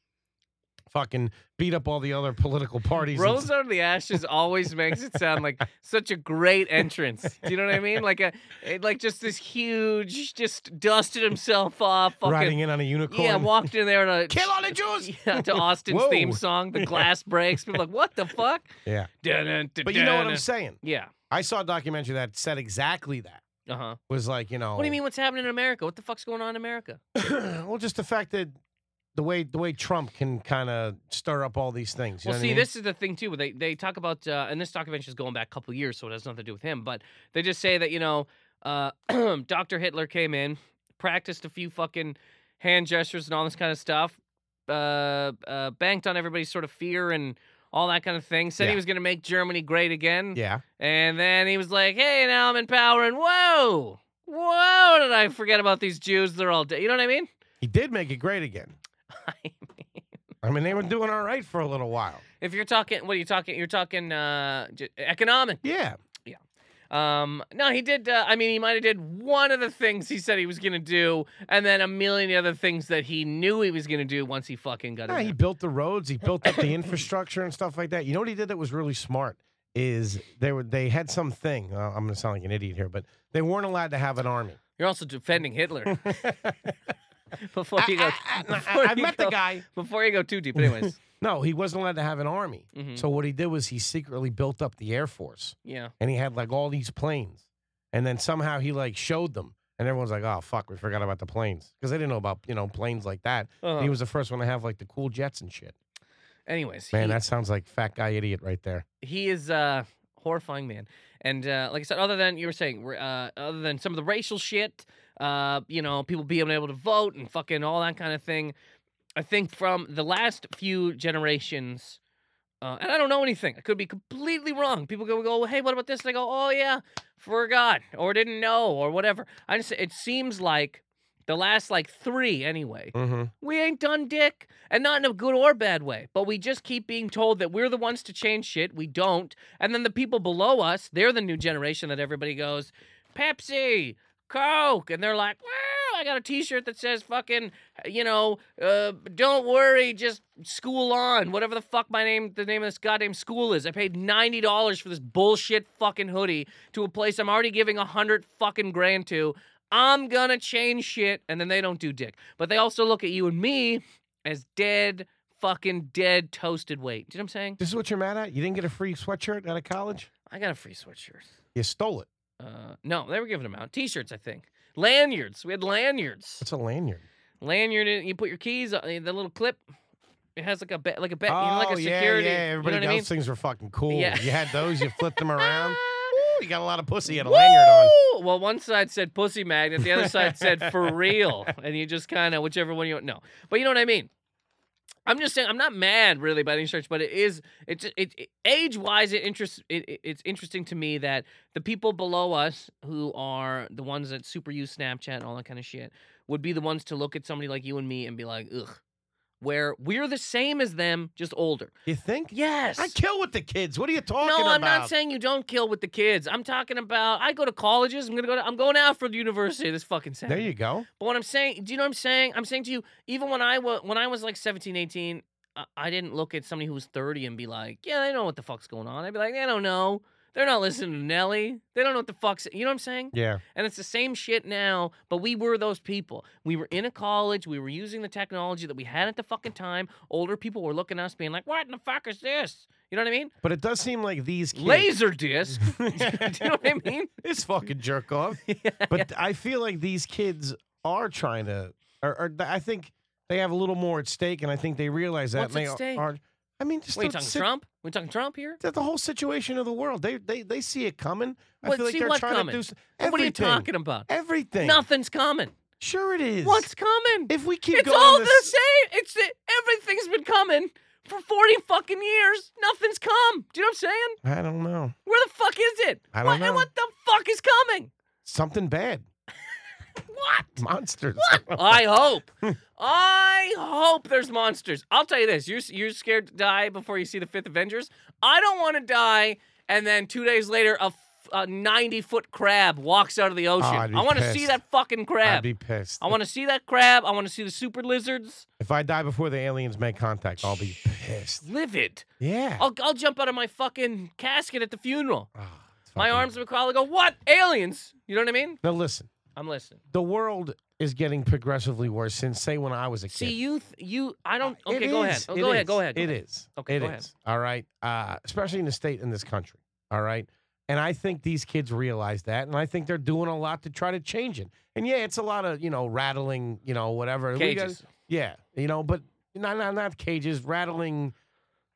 B: fucking beat up all the other political parties. and
A: Rose out of the ashes always makes it sound like such a great entrance. Do you know what I mean? Like a it- like just this huge, just dusted himself off. Fucking,
B: riding in on a unicorn.
A: yeah, walked in there to
B: Kill all the Jews!
A: Yeah, to Austin's theme
B: Whoa.
A: song. The glass breaks. People are like, what the fuck?
B: Yeah.
A: Dun-dun,
B: but you know what I'm
A: dun-dun.
B: saying.
A: Yeah.
B: I saw a documentary that said exactly that.
A: Uh huh.
B: Was like, you know,
A: What do you mean? What's happening in America? What the fuck's going on in America?
B: well, just the fact that the way the way Trump can kind of stir up all these things. You
A: well,
B: know
A: see,
B: what I mean?
A: this is the thing too. They they talk about, uh, and this documentary is going back a couple years, so it has nothing to do with him. But they just say that you know, uh, Doctor Hitler came in, practiced a few fucking hand gestures and all this kind of stuff, uh, uh, banked on everybody's sort of fear and all that kind of thing. Said he
B: Yeah.
A: was going to make Germany great again.
B: Yeah,
A: And then he was like, hey, now I'm in power, and whoa, whoa, did I forget about these Jews? They're all dead. You know what I mean?
B: he did make it great again. I mean, they were doing all right for a little while.
A: If you're talking, what are you talking? You're talking uh, j- economic.
B: Yeah,
A: Um, no, he did. Uh, I mean, he might have did one of the things he said he was gonna do, and then a million other things that he knew he was gonna do once he fucking got
B: yeah.
A: in.
B: He
A: there.
B: built the roads. He built up the infrastructure and stuff like that. You know what he did that was really smart is they were they had something. Uh, I'm going to sound like an idiot here, but they weren't allowed to have an army.
A: You're also defending Hitler
B: I,
A: before you go.
B: I- I-
A: before
B: I
A: you
B: met
A: go-
B: the guy.
A: Before you go too deep, anyways.
B: No, he wasn't allowed to have an army.
A: Mhm.
B: So what he did was he secretly built up the Air Force
A: yeah.
B: and he had like all these planes. And then somehow he like showed them. And everyone's like, oh, fuck, we forgot about the planes. Because they didn't know about, you know, planes like that.
A: Uh,
B: He was the first one to have like the cool jets and shit.
A: anyways,
B: Man,
A: he,
B: that sounds like fat guy idiot right there.
A: he is uh horrifying man and uh like i said other than you were saying we're, uh other than some of the racial shit uh you know people being able to vote and fucking all that kind of thing i think from the last few generations uh, and I don't know anything. I could be completely wrong. People go, go, hey, what about this? And I go, oh yeah, forgot or didn't know or whatever. I just it seems like the last like three anyway
B: Mm-hmm.
A: we ain't done dick and not in a good or bad way but we just keep being told that we're the ones to change shit we don't and then the people below us they're the new generation that everybody goes pepsi coke and they're like wow i got a t-shirt that says fucking you know uh, don't worry just school on whatever the fuck my name the name of this goddamn school is i paid $90 for this bullshit fucking hoodie to a place i'm already giving a hundred fucking grand to I'm gonna change shit, and then they don't do dick. But they also look at you and me as dead, fucking dead, toasted weight. Do you know what I'm saying?
B: This is what you're mad at? You didn't get a free sweatshirt out of college?
A: I got a free sweatshirt.
B: You stole it.
A: Uh, no, they were giving them out. T-shirts, I think. Lanyards. We had lanyards.
B: It's a lanyard.
A: Lanyard. in- You put your keys. on The little clip. It has like a bet, like a bet, Eh, you know, like a
B: Oh, yeah,
A: security.
B: yeah.
A: you know
B: Everybody
A: what I
B: else
A: mean?
B: things were fucking cool.
A: Yeah.
B: You had those, you flipped them around. Ooh, you got a lot of pussy. You had a
A: Woo!
B: lanyard on.
A: Well, one side said pussy magnet, the other side said for real, and you just kind of whichever one you no, but you know what I mean. I'm just saying I'm not mad really by any stretch, but it is it's it, it age wise it interests it, it- it's interesting to me that the people below us who are the ones that super use Snapchat and all that kind of shit would be the ones to look at somebody like you and me and be like ugh, where we're the same as them just older.
B: You think?
A: Yes,
B: I kill with the kids. What are you talking
A: no,
B: about?
A: I'm not saying you don't kill with the kids. I'm talking about I go to colleges. I'm gonna go. To, I'm going to Alfred University this fucking
B: There
A: Saturday.
B: you go.
A: But what I'm saying, do you know what I'm saying? I'm saying to you, even when I was when I was like 17, 18, I, I didn't look at somebody who was 30 and be like, yeah, they know what the fuck's going on. I'd be like, they don't know. They're not listening to Nelly. They don't know what the fuck's. You know what I'm saying?
B: Yeah.
A: And it's the same shit now, but we were those people. We were in a college. We were using the technology that we had at the fucking time. Older people were looking at us being like, what in the fuck is this? You know what I mean?
B: But it does seem like these kids.
A: Laser disc. Do you know what I mean?
B: It's fucking jerk off. But I feel like these kids are trying to, or, or th- I think they have a little more at stake, and I think they realize that.
A: What's
B: and
A: at
B: they
A: stake?
B: Are, I mean, just
A: Wait, you
B: the,
A: talking
B: sit-
A: Trump? We talking Trump here?
B: the- the whole situation of the world. They they they see it coming. I
A: What-
B: feel like
A: see
B: they're
A: what
B: trying
A: coming?
B: to do s- everything.
A: What are you talking about?
B: Everything.
A: Nothing's coming.
B: Sure, it is.
A: What's coming?
B: if we keep
A: It's
B: going?
A: all the
B: this,
A: same. It's it, everything's been coming for 40 fucking years. Nothing's come. Do you know what I'm saying?
B: I don't know.
A: Where the fuck is it?
B: I don't
A: what,
B: know.
A: And what the fuck is coming?
B: Something bad.
A: What?
B: Monsters.
A: I hope. I hope there's monsters. I'll tell you this: you're you're scared to die before you see the fifth Avengers. I don't want to die, and then two days later, a f- a ninety foot crab walks out of the ocean.
B: I'd be
A: I want to see
B: pissed.
A: that fucking
B: I'd
A: crab.
B: be pissed.
A: I want to see that crab. I want to see the super lizards.
B: If I die before the aliens make contact, I'll be pissed.
A: Livid.
B: Yeah.
A: I'll I'll jump out of my fucking casket at the funeral.
B: Ah, it's
A: My
B: fucking-
A: arms would crawl. I go, what aliens? You know what I mean?
B: Now listen,
A: I'm listening.
B: the world is getting progressively worse since say when I was a kid.
A: See you, th- you. I don't.
B: It
A: Okay, go ahead.
B: is,
A: Oh,
B: it
A: go ahead.
B: is,
A: Go ahead. Go
B: It
A: ahead.
B: is.
A: Okay,
B: It
A: go ahead.
B: is, All right. Uh, especially in the state in this country. All right. And I think these kids realize that, and I think they're doing a lot to try to change it. And yeah, it's a lot of you know rattling, you know whatever We got-
A: Cages.
B: yeah, you know, but not not not cages rattling.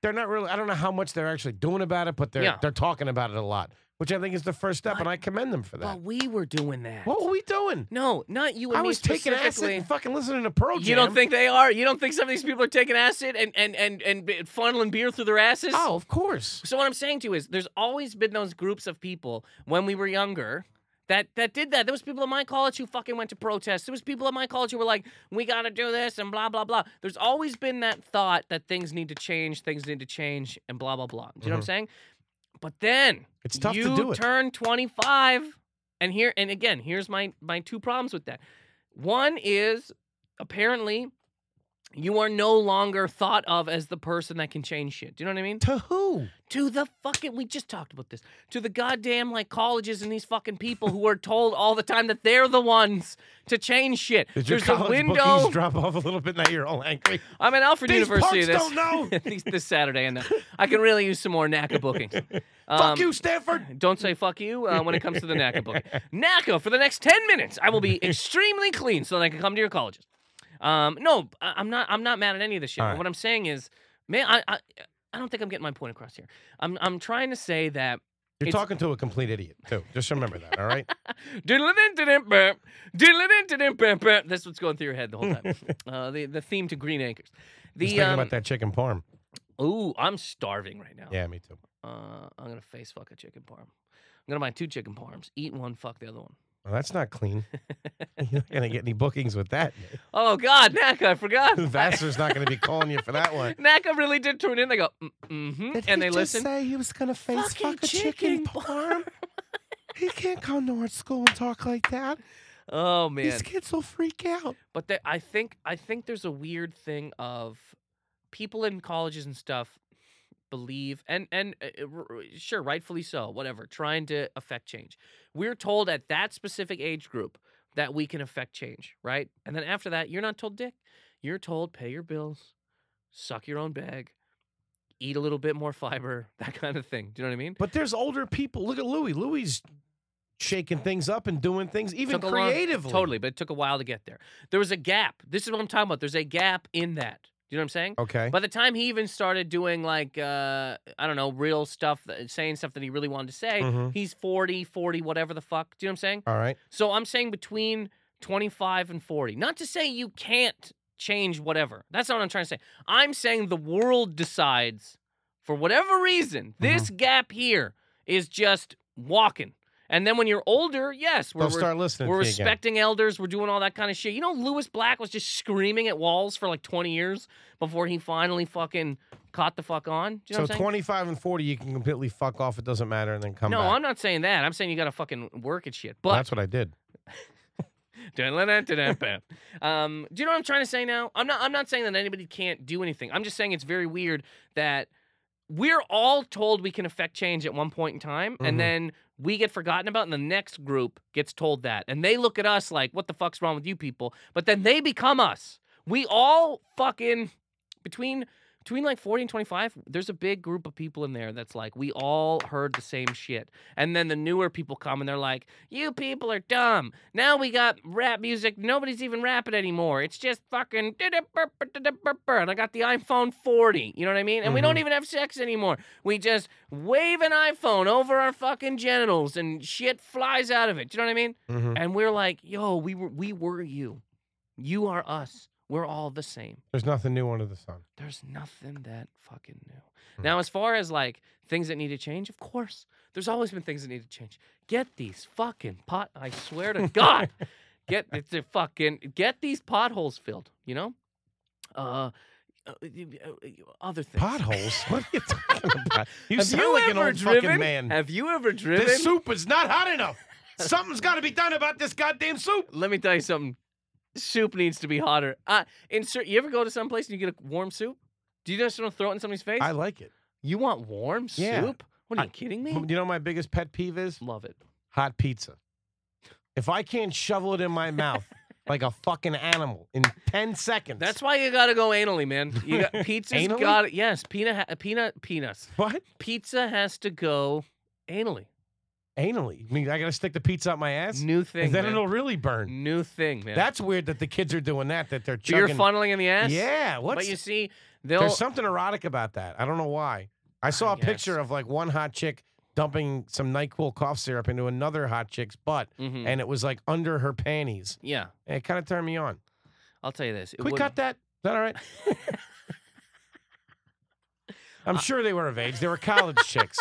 B: They're not really. I don't know how much they're actually doing about it, but they're
A: Yeah.
B: they're talking about it a lot, which I think is the first step, and I commend them for that.
A: But we were doing that.
B: what were we doing?
A: No, not you and
B: I
A: me
B: was taking acid
A: specifically.
B: and fucking listening to Pearl Jam.
A: You don't think they are? You don't think some of these people are taking acid and and and and b- funneling beer through their asses?
B: Oh, of course.
A: So what I'm saying to you is, there's always been those groups of people when we were younger. That, that did that. There was people at my college who fucking went to protests. There was people at my college who were like, "We gotta do this" and blah blah blah. There's always been that thought that things need to change, things need to change, and blah blah blah. Do you know what I'm saying? But then
B: Mm-hmm. It's tough to
A: you
B: do it.
A: turn 25, and here and again, here's my my two problems with that. One is apparently You are no longer thought of as the person that can change shit. Do you know what I mean?
B: To who?
A: To the fucking, we just talked about this. To the goddamn like colleges and these fucking people who are told all the time that they're the ones to change shit.
B: Did
A: There's
B: your
A: a
B: college
A: window.
B: bookies drop off a little bit? Now you're all angry.
A: I'm at Alfred
B: These
A: University
B: punks
A: this
B: don't know.
A: these- this Saturday, and uh, I can really use some more NACA bookings. Um,
B: Fuck you, Stanford.
A: Don't say fuck you uh, when it comes to the NACA booking. NACA for the next ten minutes, I will be extremely clean so that I can come to your colleges. Um, no, I- I'm not. I'm not mad at any of this shit.
B: All right.
A: What I'm saying is, man, I, I I don't think I'm getting my point across here. I'm I'm trying to say that.
B: You're
A: It's-
B: talking to a complete idiot, too. Just remember that, all right?
A: Diddle-a-din-didim-bam, diddle-a-din-didim-bam-bam. That's what's going through your head the whole time. uh, the the theme to Green Acres.
B: Just
A: The
B: thinking
A: um, Oh.
B: about that chicken parm.
A: ooh, I'm starving right now.
B: Yeah, me too.
A: Uh, I'm gonna face fuck a chicken parm. I'm gonna buy two chicken parms. Eat one, fuck the other one.
B: Well, that's not clean. You're not gonna get any bookings with that.
A: Oh God, Naka, I forgot.
B: Vassar's not gonna be calling you for that one.
A: Naka really did tune in. They go, mm-hmm, and they listen.
B: say he was gonna face
A: Fucking
B: fuck a chicken
A: chicken
B: parm? he can't come to our school and talk like that.
A: oh man,
B: These kids will freak out.
A: but they, I think I think there's a weird thing of people in colleges and stuff believe and and uh, r- r- sure rightfully so whatever trying to affect change we're told at that specific age group that we can affect change right and then after that you're not told dick you're told pay your bills suck your own bag eat a little bit more fiber that kind of thing do you know what i mean
B: But there's older people. Look at Louis. Louis shaking things up and doing things even
A: Took a long-
B: creatively.
A: totally but it took a while to get there there was a gap this is what i'm talking about there's a gap in that do you know what i'm saying
B: Okay.
A: By the time he even started doing like uh I don't know, real stuff, that- saying stuff that he really wanted to say,
B: Mhm.
A: he's 40, 40, whatever the fuck. Do you know what I'm saying?
B: All right.
A: So I'm saying between 25 and 40. Not to say you can't change whatever. That's not what I'm trying to say. I'm saying the world decides for whatever reason, this gap here is just walking. And then when you're older, yes, we're,
B: They'll
A: we're
B: start listening
A: we're
B: to you again.
A: respecting elders. We're doing all that kind of shit. You know, Lewis Black was just screaming at walls for like 20 years before he finally fucking caught the fuck on. Do you know
B: so
A: what I'm saying?
B: 25 and 40, you can completely fuck off. It doesn't matter, and then come
A: no,
B: back.
A: I'm not saying that. I'm saying you gotta fucking work at shit.
B: Well,
A: But
B: that's what I did.
A: Dun-dun-dun-dun-dun-dun. um, do you know what I'm trying to say now? I'm not. I'm not saying that anybody can't do anything. I'm just saying it's very weird that we're all told we can affect change at one point in time,
B: Mhm.
A: and then we get forgotten about, and the next group gets told that, and they look at us like, "What the fuck's wrong with you people?" But then they become us. We all fucking between between like 40 and 25 there's a big group of people in there that's like we all heard the same shit and then the newer people come and they're like you people are dumb now we got rap music nobody's even rapping anymore it's just fucking and i got the iphone 40 you know what i mean and we don't even have sex anymore we just wave an iphone over our fucking genitals and shit flies out of it Do you know what i mean
B: Mhm.
A: and we're like yo we were we were you you are us we're all the same
B: There's nothing new under the sun.
A: there's nothing that fucking new.
B: Hmm.
A: Now, as far as like things that need to change, of course, there's always been things that need to change. Get these fucking pot. I swear to God, get it's a fucking get these potholes filled. You know, uh, uh, other things.
B: Potholes? What are you talking about? You
A: Have
B: sound
A: you
B: like an
A: ever
B: old
A: driven?
B: fucking man.
A: Have you ever driven?
B: This soup is not hot enough. Something's got to be done about this goddamn soup.
A: Let me tell you something. Soup needs to be hotter. Uh, insert. You ever go to some place and you get a warm soup? Do you just want to throw it in somebody's face?
B: I like it.
A: you want warm
B: Yeah.
A: soup? What are
B: I-
A: you kidding me?
B: You know what my biggest pet peeve is?
A: Love it.
B: Hot pizza. If I can't shovel it in my mouth like a fucking animal in 10 seconds.
A: That's why you gotta go anally, man. You got pizza's
B: Anally?
A: got yes, peanut ha- peanut peanuts.
B: what?
A: Pizza has to go anally.
B: Anally. I mean, I got to stick the pizza up my ass?
A: New thing.
B: and then
A: man.
B: it'll really burn.
A: New thing, man.
B: That's weird that the kids are doing that, that they're
A: so you're
B: chugging.
A: funneling in the ass.
B: Yeah. What's
A: but you see, they'll
B: There's something erotic about that. I don't know why. I saw a
A: guess.
B: picture of like one hot chick dumping some NyQuil cough syrup into another hot chick's butt,
A: Mhm.
B: and it was like under her panties.
A: yeah.
B: And it kind of turned me on.
A: I'll tell you this. It
B: Can we
A: would-
B: cut that? Is that all right? I'm sure they were of age. They were college chicks.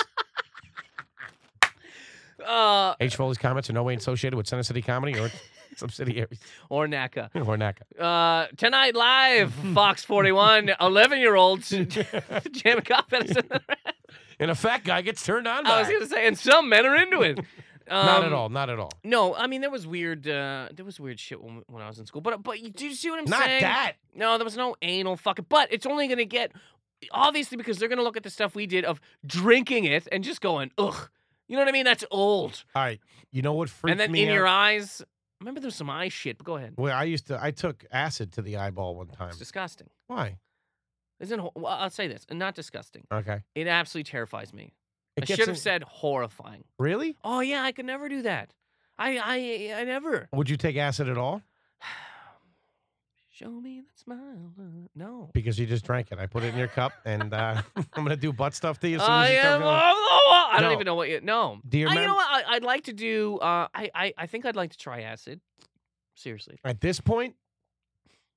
A: Uh,
B: H. Foley's comments are no way associated with Center City Comedy or its subsidiaries
A: or NACA.
B: or NACA.
A: Uh, tonight live, Fox 41, 11 year olds jamming coffee.
B: And a fat guy gets turned on by
A: I was
B: it.
A: gonna say, and some men are into it. Um,
B: not at all. Not at all.
A: No, I mean there was weird. Uh, there was weird shit when, when I was in school. But but you, do you see what I'm
B: Not
A: saying?
B: that.
A: No, there was no anal fucking. But it's only gonna get obviously because they're gonna look at the stuff we did of drinking it and just going ugh. You know what I mean? That's old.
B: All right. You know what freaked
A: and then
B: me
A: in
B: out?
A: your eyes. Remember there's some eye shit. But go ahead.
B: Well, I used to. I took acid to the eyeball one time.
A: It's disgusting.
B: Why?
A: Isn't ho- well, I'll say this, not disgusting.
B: Okay.
A: It absolutely terrifies me.
B: It
A: I
B: gets
A: should have
B: in-
A: said horrifying.
B: Really?
A: Oh yeah, I could never do that. I I I never.
B: Would you take acid at all?
A: Show me that smile. uh, No.
B: Because you just drank it. I put it in your cup, and uh, I'm gonna do butt stuff to you. As soon as
A: I
B: you start
A: am.
B: feeling-
A: I don't
B: No.
A: even know what you. No.
B: Do you
A: I,
B: remember?
A: you know what? I, I'd like to do. Uh, I, I I think I'd like to try acid. Seriously.
B: At this point,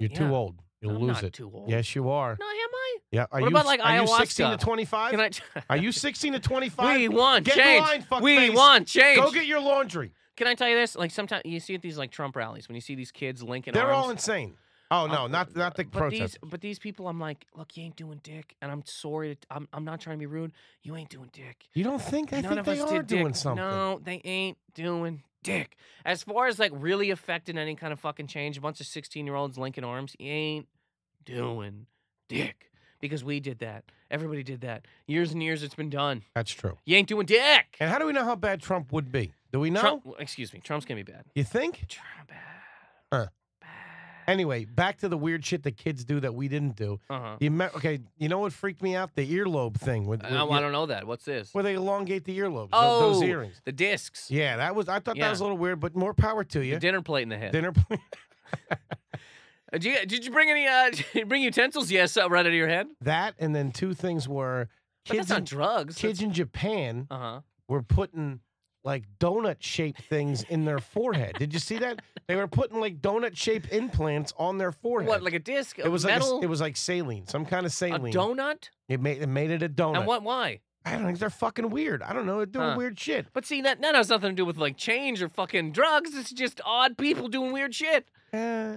B: you're
A: Yeah.
B: too old. You'll
A: I'm
B: lose
A: not
B: it.
A: Too old.
B: Yes, you are.
A: No, am I?
B: Yeah.
A: What
B: Are you,
A: about, like,
B: are you 16 to
A: ayahuasca?
B: 25?
A: Can I?
B: Are you 16 to 25?
A: we want
B: Get in
A: change.
B: line, fuckface.
A: we want change.
B: Go get your laundry.
A: Can I tell you this? Like sometimes you see at these like Trump rallies when you see these kids linking
B: They're
A: arms.
B: all insane. Oh no,
A: Um,
B: not not the
A: but
B: protest.
A: These, but these people, I'm like, look, you ain't doing dick, and I'm sorry. To, I'm I'm not trying to be rude. You ain't doing dick.
B: You don't think? I
A: None
B: think
A: of
B: they
A: us
B: are
A: did
B: doing
A: dick.
B: something.
A: No, they ain't doing dick. As far as like really affecting any kind of fucking change, a bunch of 16 year olds linking arms, you ain't doing dick because we did that. Everybody did that. Years and years, it's been done.
B: That's true.
A: You ain't doing dick.
B: And how do we know how bad Trump would be? Do we know?
A: Trump, excuse me. Trump's gonna be bad.
B: You think?
A: Trump bad.
B: Huh.
A: Bad.
B: Anyway, back to the weird shit that kids do that we didn't do.
A: Uh-huh.
B: You me- okay? You know what freaked me out? The earlobe thing. With, with-
A: Uh, well, I don't know that. What's this?
B: where they elongate the earlobes. tho-
A: Oh,
B: those earrings.
A: the discs.
B: Yeah, that was. I thought
A: Yeah.
B: that was a little weird, but more power to
A: The
B: you.
A: dinner plate in the head.
B: Dinner. plate.
A: Uh, Did you, did you bring any? Uh, did you bring utensils? Yes, uh, right out of your head.
B: that and then two things were
A: But
B: kids.
A: that's not
B: in,
A: drugs.
B: kids in Japan
A: Uh huh.
B: were putting like donut shaped things in their forehead. Did you see that? They were putting like donut shaped implants on their forehead.
A: What, like a disc?
B: it was
A: metal?
B: like a, it was like saline, some kind of
A: a
B: saline.
A: donut?
B: It made it made it a donut.
A: And what? Why?
B: I don't think they're fucking weird. I don't know. They're doing
A: Huh.
B: weird shit.
A: But see, that that has nothing to do with like change or fucking drugs. It's just odd people doing weird shit.
B: Uh,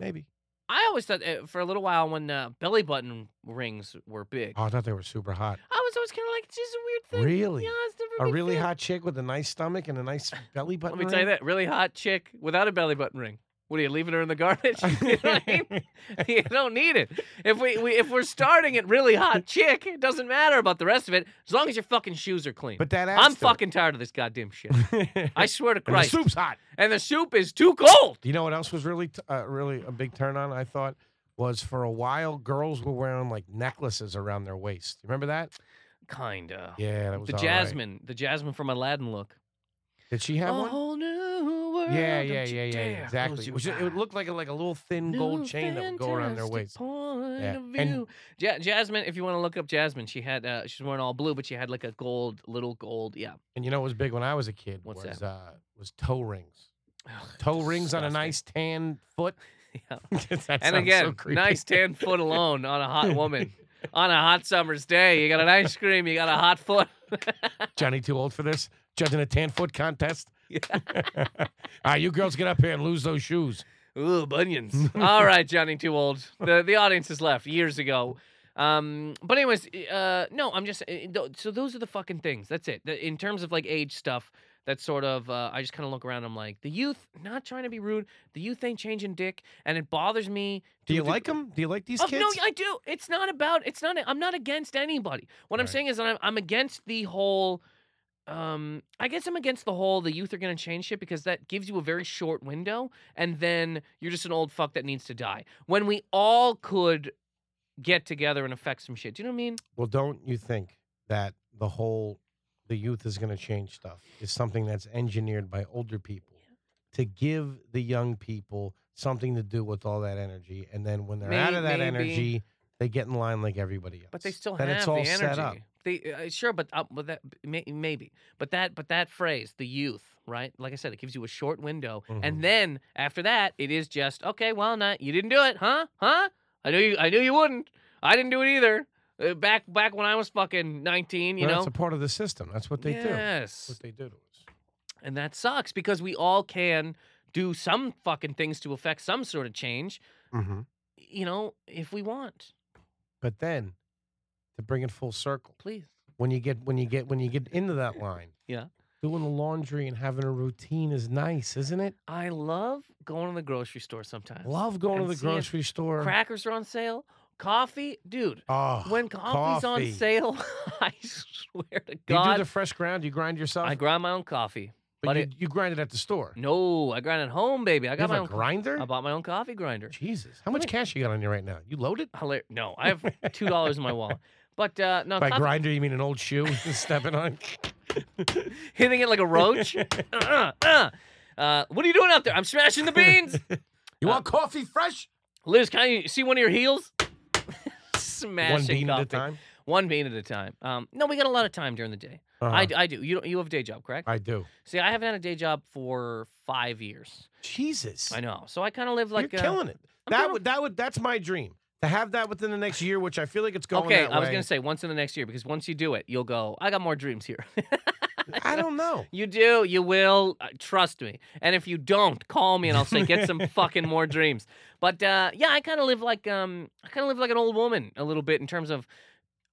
B: maybe.
A: I always thought uh, for a little while when uh, belly button rings were big,
B: Oh, I thought they were super hot.
A: I was always kind of like, it's just a weird thing.
B: Really?
A: Yeah, it's never
B: A
A: been
B: really
A: fit.
B: hot chick with a nice stomach and a nice belly button.
A: Let me tell you that really hot chick without a belly button ring. What are you leaving her in the garbage? you, know what I mean? You don't need it. If we, we if we're starting at really hot chick, it doesn't matter about the rest of it as long as your fucking shoes are clean.
B: But that adds
A: I'm
B: to it.
A: fucking tired of this goddamn shit. I swear to
B: And the
A: Christ.
B: soup's hot.
A: and the soup is too cold.
B: You know what else was really, t- uh, really a big turn on? I thought was for a while girls were wearing like necklaces around their waist. You remember that?
A: Kinda.
B: Yeah, that was
A: Oh, the
B: all right.
A: Jasmine, the Jasmine from Aladdin look.
B: Did she have
A: a
B: one?
A: whole new world.
B: Yeah,
A: don't
B: yeah, yeah,
A: you
B: yeah, yeah,
A: dare
B: exactly.
A: close
B: It,
A: your
B: was just- it
A: eyes.
B: looked like a, like a little thin gold
A: New
B: chain that would go around their
A: fantastic
B: waist.
A: Point
B: Yeah.
A: of view. Ja- Jasmine, if you want to look up Jasmine, she had uh, she's wearing all blue, but she had like a gold, little gold. Yeah.
B: And you know what was big when I was a kid
A: What's
B: was
A: that?
B: uh was toe rings.
A: Ugh,
B: Toe rings on a
A: disgusting.
B: nice tan foot.
A: Yeah.
B: That sounds
A: And
B: so
A: again,
B: creepy.
A: nice tan foot alone on a hot woman. on a hot summer's day, you got an ice cream, you got a hot foot.
B: Johnny too old for this? Judging a tan foot contest?
A: Yeah.
B: All right, you girls get up here and lose those shoes.
A: Ooh, bunions. All right, Johnny, too old. The the audience has left years ago. Um, but anyways, uh, no, I'm just eh, tho- so those are the fucking things. That's it. The- In terms of like age stuff, that's sort of uh, I just kind of look around. I'm like the youth. Not trying to be rude. The youth ain't changing dick, and it bothers me. to
B: Do you
A: a deg-
B: like them? Do you like these
A: Oh,
B: kids?
A: no, I do. It's not about. It's not. I'm not against anybody. What I'm
B: Right.
A: saying is that I'm, I'm against the whole. Um, I guess I'm against the whole the youth are gonna change shit because that gives you a very short window, and then you're just an old fuck that needs to die. When we all could get together and affect some shit. Do you know what I mean?
B: Well, don't you think that the whole the youth is going to change stuff is something that's engineered by older people to give the young people something to do with all that energy, and then when they're out of that
A: May- maybe.
B: energy, they get in line like everybody else.
A: But they still
B: That
A: have
B: it's all
A: the energy.
B: set up.
A: They uh, sure, but uh, but that may, maybe, but that but that phrase, the youth, right? Like I said, it gives you a short window,
B: Mhm.
A: and then after that, it is just okay. Well, not you didn't do it, huh? Huh? I knew you. I knew you wouldn't. I didn't do it either. Uh, back back when I was fucking nineteen, you
B: Well,
A: know.
B: that's a part of the system. That's what they do.
A: yes,
B: That's What they do to us.
A: and that sucks because we all can do some fucking things to affect some sort of change,
B: Mm-hmm.
A: you know, if we want.
B: But then, to bring it full circle,
A: Please.
B: when you get when you get when you get into that line,
A: Yeah.
B: Doing the laundry and having a routine is nice, isn't it?
A: I love going to the grocery store sometimes.
B: Love going to
A: And
B: the
A: see if
B: grocery store.
A: Crackers are on sale. Coffee, dude.
B: Oh,
A: When coffee's
B: coffee.
A: on sale, I swear to
B: you do
A: God,
B: the fresh ground. You grind yourself.
A: I grind my own coffee.
B: but
A: but
B: you,
A: it-
B: you grind it at the store.
A: No, I grind at home, baby. I
B: you
A: got
B: have
A: my
B: a
A: own.
B: grinder.
A: I bought my own coffee grinder.
B: Jesus, how much cash you got on you right now? You loaded?
A: Hilar- no, I have two dollars in my wallet. But uh, no,
B: By
A: coffee-
B: grinder, you mean an old shoe stepping on?
A: hitting it like a roach. uh, uh, uh, what are you doing out there? I'm smashing the beans.
B: You
A: Uh,
B: want coffee fresh?
A: Liz, can I see one of your heels? Smashing
B: One bean
A: coffee.
B: at a time.
A: One bean at a time. Um, no, we got a lot of time during the day. I,
B: Uh-huh.
A: I do. You don't, you have a day job, correct?
B: I do.
A: See, I haven't had a day job for five years.
B: Jesus,
A: I know. So I kind of live like
B: you're
A: uh,
B: killing it.
A: I'm
B: That
A: doing-
B: would that would that's my dream to have that within the next year, which I feel like it's going.
A: okay,
B: that
A: I was
B: way.
A: gonna say once in the next year because once you do it, you'll go. I got more dreams here.
B: I don't know.
A: you do, you will. Uh, trust me. And if you don't, call me and I'll say get some fucking more dreams. But uh, yeah, I kind of live like um, I kind of live like an old woman a little bit in terms of.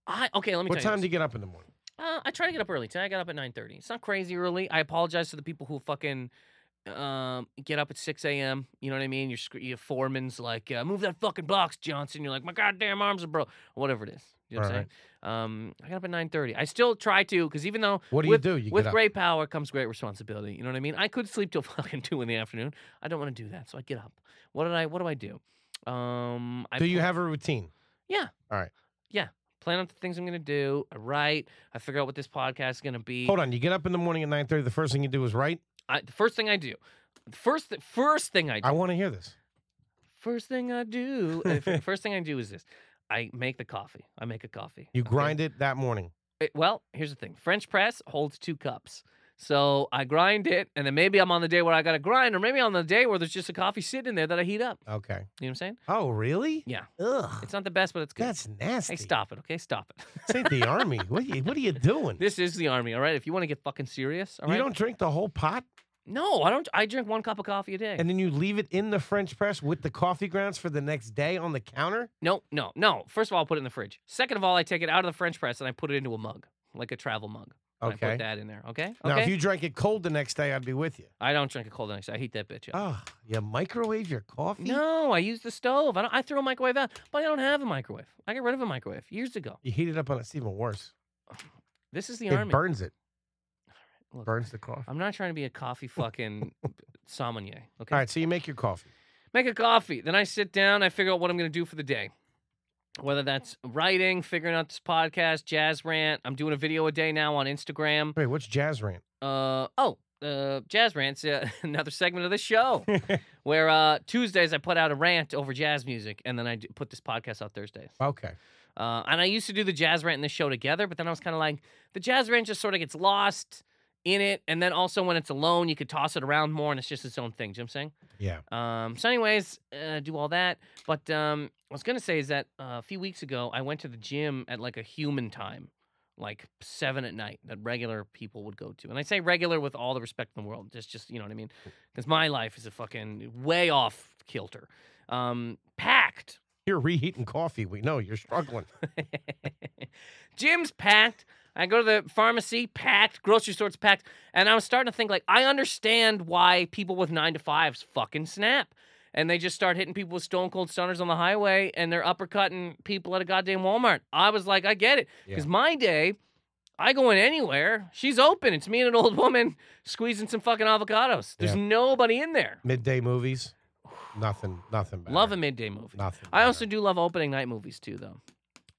A: I okay. Let me.
B: What
A: tell you
B: time
A: this.
B: do you get up in the morning?
A: Uh, I try to get up early. Tonight I got up at nine thirty. It's not crazy early. I apologize to the people who fucking um, get up at six a.m. You know what I mean? Your, sc- your foreman's like, uh, move that fucking box, Johnson. You're like, my goddamn arms are broke. Whatever it is. You know what I'm
B: Alright.
A: saying? Um, I got up at nine thirty. I still try to, because even though
B: What do
A: with,
B: you do? You
A: with
B: get up.
A: great power comes great responsibility. You know what I mean? I could sleep till fucking two in the afternoon. I don't want to do that, so I get up. What did I? What do I do? Um, I
B: do you
A: pl-
B: have a routine?
A: plan out the things I'm gonna do? I write. I figure out what this podcast is gonna be.
B: Hold on. You get up in the morning at nine thirty. The first thing you do is write.
A: I, the first thing I do, the first th- first thing I do,
B: I want to hear this.
A: first thing I do, uh, f- first thing I do is this: I make the coffee. I make a coffee.
B: You
A: okay?
B: grind it that morning.
A: It- well, here's the thing: French press holds two cups, so I grind it, and then maybe I'm on the day where I got to grind, or maybe on the day where there's just a coffee sitting in there that I heat up.
B: Okay.
A: You know what I'm saying?
B: Oh, really?
A: Yeah.
B: Ugh.
A: It's not the best, but it's good.
B: That's nasty.
A: hey, stop it, okay? Stop it.
B: This ain't the army. What are you, what are you doing?
A: this is the army, all right? If you want to get fucking serious, all right?
B: You don't drink the whole pot
A: no, I don't. I drink one cup of coffee a day.
B: and then you leave it in the French press with the coffee grounds for the next day on the counter?
A: No, no, no. First of all, I put it in the fridge. Second of all, I take it out of the French press and I put it into a mug, like a travel mug. And I
B: Okay.
A: put that in there. Okay.
B: Now,
A: okay.
B: if you drank it cold the next day, I'd be with you.
A: I don't drink it cold the next day. I heat that bitch up.
B: Oh, you microwave your coffee?
A: no, I use the stove. I, don't, I throw a microwave out, but I don't have a microwave. I got rid of a microwave years ago.
B: You heat it up on it's even worse.
A: This is the
B: it
A: army.
B: burns it.
A: Look,
B: Burns the coffee.
A: I'm not trying to be a coffee fucking sommelier. Okay.
B: All right, so you make your coffee.
A: make a coffee. Then I sit down, I figure out what I'm going to do for the day. Whether that's writing, figuring out this podcast, jazz rant. I'm doing a video a day now on Instagram.
B: Wait, what's jazz rant?
A: Uh oh, uh, jazz rants. Uh, another segment of the show where uh, Tuesdays I put out a rant over jazz music, and then I d- put this podcast out Thursdays.
B: Okay.
A: Uh, and I used to do the jazz rant and the show together, but then I was kind of like, the jazz rant just sort of gets lost in it, and then also when it's alone, you could toss it around more, and it's just its own thing. Do you know what I'm saying?
B: Yeah.
A: Um, so, anyways, uh, do all that. But um, what I was gonna say is that uh, a few weeks ago, I went to the gym at like a human time, like seven at night, that regular people would go to. And I say regular with all the respect in the world, just just you know what I mean, because my life is a fucking way off kilter. Um, packed.
B: You're reheating coffee. We know you're struggling.
A: Gym's packed. I go to the pharmacy, packed. Grocery store's packed. And I was starting to think, like, I understand why people with nine to fives fucking snap. And they just start hitting people with stone cold stunners on the highway and they're uppercutting people at a goddamn Walmart. I was like, I get it. Because
B: Yeah.
A: my day, I go in anywhere. She's open. It's me and an old woman squeezing some fucking avocados. There's nobody in there.
B: Midday movies, nothing, nothing better.
A: Love a midday movie.
B: Nothing.
A: I also
B: better.
A: do love opening night movies too, though.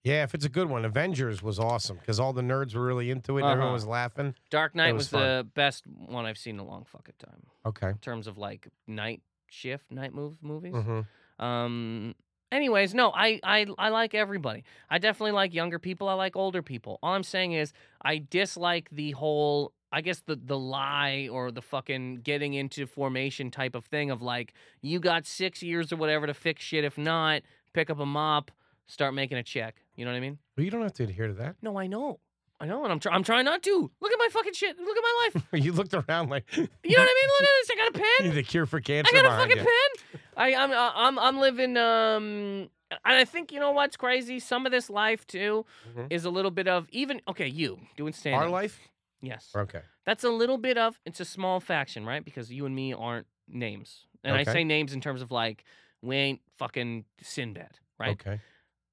B: yeah, if it's a good one, Avengers was awesome because all the nerds were really into it. and Everyone
A: Uh-huh.
B: was laughing.
A: Dark Knight
B: was
A: was the best one I've seen in a long fucking time.
B: Okay.
A: in terms of like night shift, night move movies.
B: hmm
A: Um. Anyways, no, I, I I like everybody. I definitely like younger people. I like older people. All I'm saying is I dislike the whole. I guess the the lie or the fucking getting into formation type of thing of like you got six years or whatever to fix shit. If not, pick up a mop, start making a check. You know what I mean?
B: Well, you don't have to adhere to that.
A: No, I know, I know, and I'm try- I'm trying not to. Look at my fucking shit. Look at my life.
B: you looked around like
A: You know what I mean? Look at this. I got a pen.
B: you're the cure for cancer.
A: I got a
B: behind
A: fucking
B: you.
A: pen. I, I'm, uh, I'm, I'm living. Um, and I think you know what's crazy. Some of this life too
B: Mhm.
A: is a little bit of even. Okay, you doing stand
B: Our life.
A: Yes,
B: Okay.
A: That's a little bit of it's a small faction, right? Because you and me aren't names. And I
B: Okay.
A: say names in terms of like we ain't fucking Sinbad, right?
B: Okay.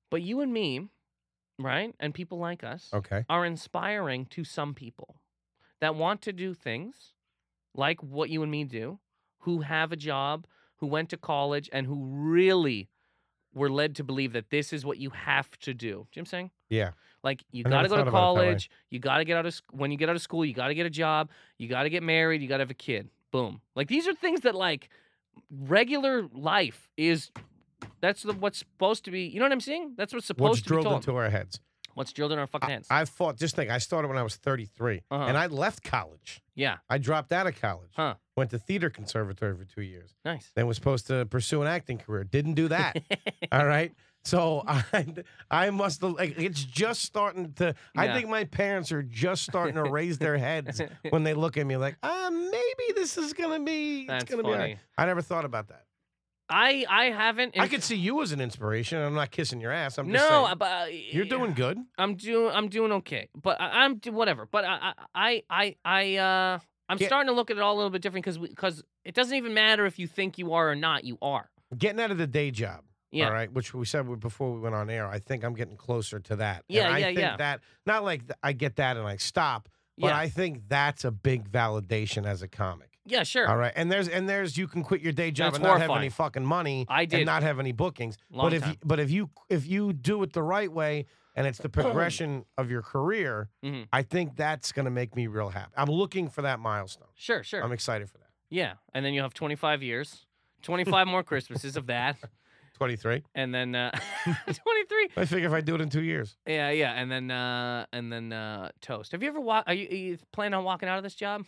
A: But you and me, right? And people like us
B: Okay.
A: are inspiring to some people that want to do things like what you and me do, who have a job, who went to college, and who really were led to believe that this is what you have to do. Do you know what I'm saying?
B: Yeah.
A: Like you
B: I
A: got to
B: never
A: go to
B: thought about it that way.
A: college, you got to get out of sc- when you get out of school, you got to get a job, you got to get married, you got to have a kid. Boom. Like these are things that like regular life is that's the, what's supposed to be. You know what I'm saying? That's what's supposed
B: What's
A: to be
B: drilled
A: taught.
B: into our heads?
A: what's drilled in our fucking
B: I,
A: hands.
B: I fought. Just think, I started when I was 33,
A: Uh-huh.
B: and I left college.
A: yeah.
B: I dropped out of college.
A: Huh.
B: Went to theater conservatory for two years.
A: Nice.
B: Then was supposed to pursue an acting career. Didn't do that. All right. So I, I must have, like, it's just starting to. I
A: Yeah.
B: think my parents are just starting to raise their heads when they look at me like, ah, maybe this is gonna be.
A: That's
B: it's gonna be. all right."
A: funny.
B: I never thought about that.
A: I I haven't.
B: I could see you as an inspiration. I'm not kissing your ass. I'm just
A: no, uh,
B: saying,
A: but
B: you're doing good.
A: I'm doing. I'm doing okay. But I, I'm do whatever. But I I I I uh I'm
B: Yeah.
A: starting to look at it all a little bit different because because it doesn't even matter if you think you are or not. You are.
B: Getting out of the day job.
A: Yeah.
B: All right, which we said we- before we went on air. I think I'm getting closer to that. And
A: Yeah,
B: I
A: yeah,
B: think
A: yeah.
B: That not like th- I get that and I stop, but
A: yeah.
B: I think that's a big validation as a comic.
A: yeah. Sure.
B: All right, and there's and there's you can quit your day job
A: That's
B: and not have any
A: horrifying.
B: fucking money
A: I did.
B: and not have any bookings.
A: Long
B: but if
A: time.
B: You, but if you if you do it the right way and it's the progression of your career,
A: Mhm.
B: I think that's gonna make me real happy. I'm looking for that milestone.
A: sure. Sure.
B: I'm excited for that.
A: yeah. And then you have 25 years, 25 more Christmases of that,
B: 23.
A: and then uh 23.
B: I figure if I do it in two years,
A: Yeah. Yeah. And then uh and then uh toast. Have you ever walk? Are you, are you planning on walking out of this job?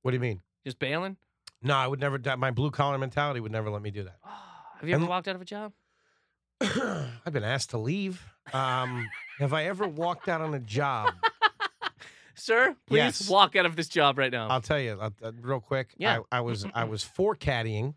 B: what do you mean?
A: Just bailing?
B: No, I would never. My blue collar mentality would never let me do that.
A: have you ever
B: And-
A: walked out of a job?
B: I've been asked to leave. Um, have I ever walked out on a job?
A: Sir, please
B: Yes.
A: walk out of this job right now.
B: I'll tell you uh, uh, real quick.
A: Yeah.
B: I, I was I was four caddying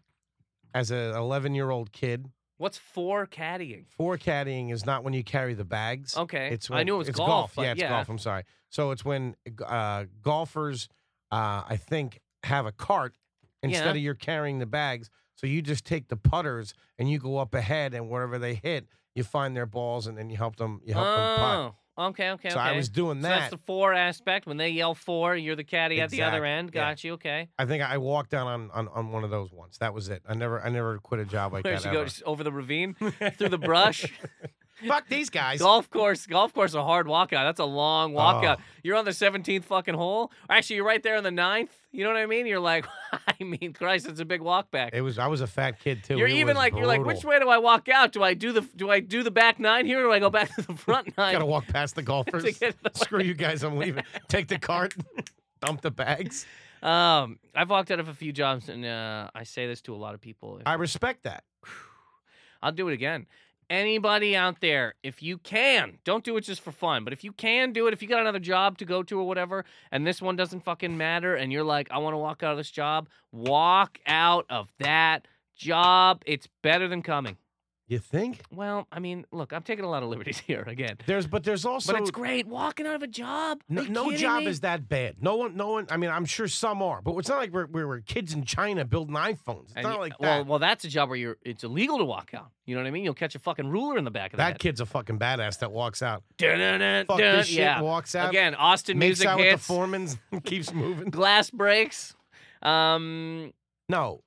B: as a 11 year old kid.
A: What's for caddying?
B: Four caddying is not when you carry the bags.
A: Okay.
B: It's when,
A: Eh, I knew it was
B: it's
A: golf. but
B: yeah, it's golf. I'm sorry. So it's when uh, golfers, uh, I think, have a cart instead
A: Yeah.
B: of you're carrying the bags. So you just take the putters and you go up ahead, and wherever they hit, you find their balls, and then you help them. You help them putt.
A: Oh, okay, okay,
B: So
A: okay.
B: I was doing
A: So
B: that.
A: that's the four aspect. When they yell four, you're the caddy at the other
B: Exact-
A: end.
B: yeah.
A: Got you. Okay.
B: I think I walked down on, on, on one of those once. That was it. I never I never quit a job like
A: Where
B: that.
A: she go?
B: ever.
A: Just over the ravine, through the brush.
B: Fuck these guys.
A: golf course, golf course, a hard walkout. That's a long walkout.
B: Oh.
A: You're on the 17th fucking hole. Actually, you're right there on the ninth. You know what I mean? You're like, I mean, Christ, it's a big walk back.
B: It was I was a fat kid too.
A: You're
B: It
A: even
B: was
A: like you're like,
B: brutal.
A: which way do I walk out? Do I do the do I do the back nine here, or do I go back to the front nine?
B: Gotta walk past the golfers.
A: to get the-
B: Screw you guys, I'm leaving. Take the cart, dump the bags.
A: um, I've walked out of a few jobs, and uh, I say this to a lot of people.
B: I respect that.
A: I'll do it again. Anybody out there, if you can, don't do it just for fun, but if you can do it, if you got another job to go to or whatever, and this one doesn't fucking matter, and you're like, I want to walk out of this job, walk out of that job. It's better than coming.
B: You think?
A: Well, I mean, look, I'm taking a lot of liberties here again,
B: There's but there's also
A: but it's great walking out of a job. Are
B: no,
A: you
B: no
A: kidding
B: job
A: me?
B: is that bad. No one no one I mean I'm sure some are, but it's not like we're we're, we're kids in China building iPhones. It's
A: And
B: not
A: y-
B: like
A: well,
B: that.
A: well, that's a job where you're it's illegal to walk out. You know what I mean? You'll catch a fucking ruler in the back of the
B: that
A: head.
B: kid's a fucking badass that walks out.
A: Dun-dun-dun,
B: Fuck
A: dun,
B: this shit,
A: yeah.
B: walks out.
A: Again, Austin
B: makes
A: music
B: out with
A: hits,
B: the foremans, keeps moving.
A: glass breaks. Um,
B: No.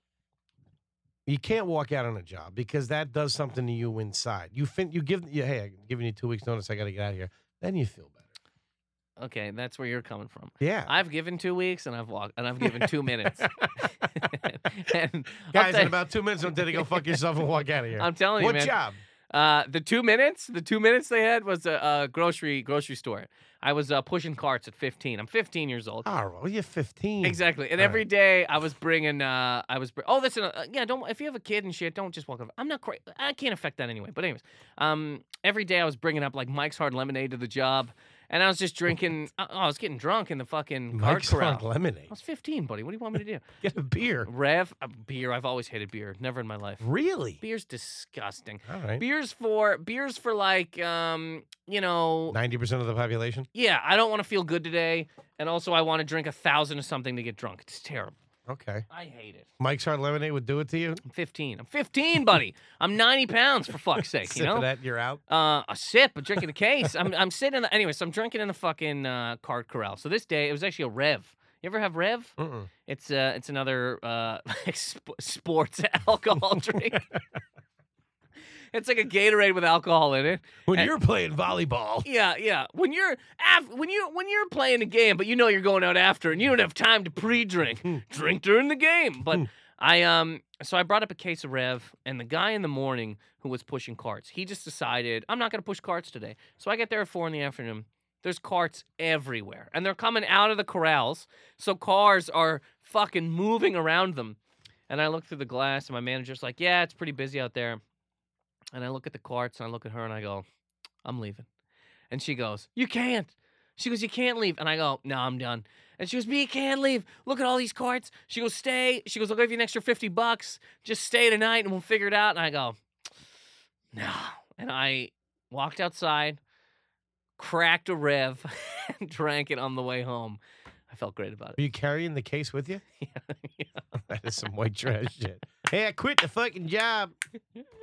B: You can't walk out on a job because that does something to you inside. You fin- you give you, hey, I'm giving you two weeks notice. I got to get out of here. Then you feel better.
A: okay, that's where you're coming from.
B: Yeah,
A: I've given two weeks and I've walked and I've given two minutes. and I'll
B: guys,
A: tell-
B: in about two minutes, I'm dead to go fuck yourself and walk out of here.
A: I'm telling you,
B: what
A: man.
B: job?
A: Uh, the two minutes, the two minutes they had was a, a grocery grocery store. I was uh, pushing carts at 15. I'm 15 years old.
B: Oh, well, you're 15.
A: Exactly. And
B: All
A: every day I was bringing, uh, I was, br- oh, that's, an, uh, yeah, don't, if you have a kid and shit, don't just walk over. I'm not, cra- I can't affect that anyway. But anyways, um, every day I was bringing up like Mike's Hard Lemonade to the job and I was just drinking. I, oh, I was getting drunk in the fucking guard
B: Mike's
A: corral.
B: Hard
A: I
B: Lemonade.
A: was 15, buddy. What do you want me to do?
B: Get a beer.
A: Rev, uh, beer. I've always hated beer. Never in my life.
B: Mm. Really?
A: Beer's disgusting.
B: All right.
A: Beer's for beer's for like um you know
B: Ninety percent of the population.
A: yeah I don't want to feel good today, and also I want to drink a thousand of something to get drunk. It's terrible.
B: Okay.
A: I hate it.
B: Mike's Hard Lemonade would do it to you.
A: I'm 15. I'm 15, buddy. I'm 90 pounds for fuck's sake. You
B: Sip
A: know.
B: of that, you're out.
A: Uh, a sip, a drink in a case. I'm, I'm sitting. In the, anyway, so I'm drinking in the fucking uh, card corral. So this day, it was actually a Rev. You ever have Rev?
B: Mm-mm.
A: It's uh, it's another uh, like sp- sports alcohol drink. it's like a Gatorade with alcohol in it.
B: When
A: And-
B: you're playing volleyball,
A: Yeah, yeah. When you're af- when you when you're playing a game, but you know you're going out after, and you don't have time to pre-drink.
B: Hmm.
A: Drink during the game. But
B: Hmm.
A: I um, so I brought up a case of Rev, and the guy in the morning who was pushing carts, he just decided I'm not gonna push carts today. So I get there at four in the afternoon. There's carts everywhere, and they're coming out of the corrals, so cars are fucking moving around them. And I look through the glass, and my manager's like, "Yeah, it's pretty busy out there." And I look at the carts, and I look at her, and I go, "I'm leaving." And she goes, You can't. She goes, You can't leave. And I go, No, I'm done. And she goes, Me can't leave. Look at all these carts. She goes, Stay. She goes, I'll give you an extra 50 bucks. Just stay tonight and we'll figure it out. And I go, No. And I walked outside, cracked a rev, and drank it on the way home. I felt great about
B: are you carrying the case with you?
A: it.
B: That is some white trash shit. Hey, I quit the fucking job.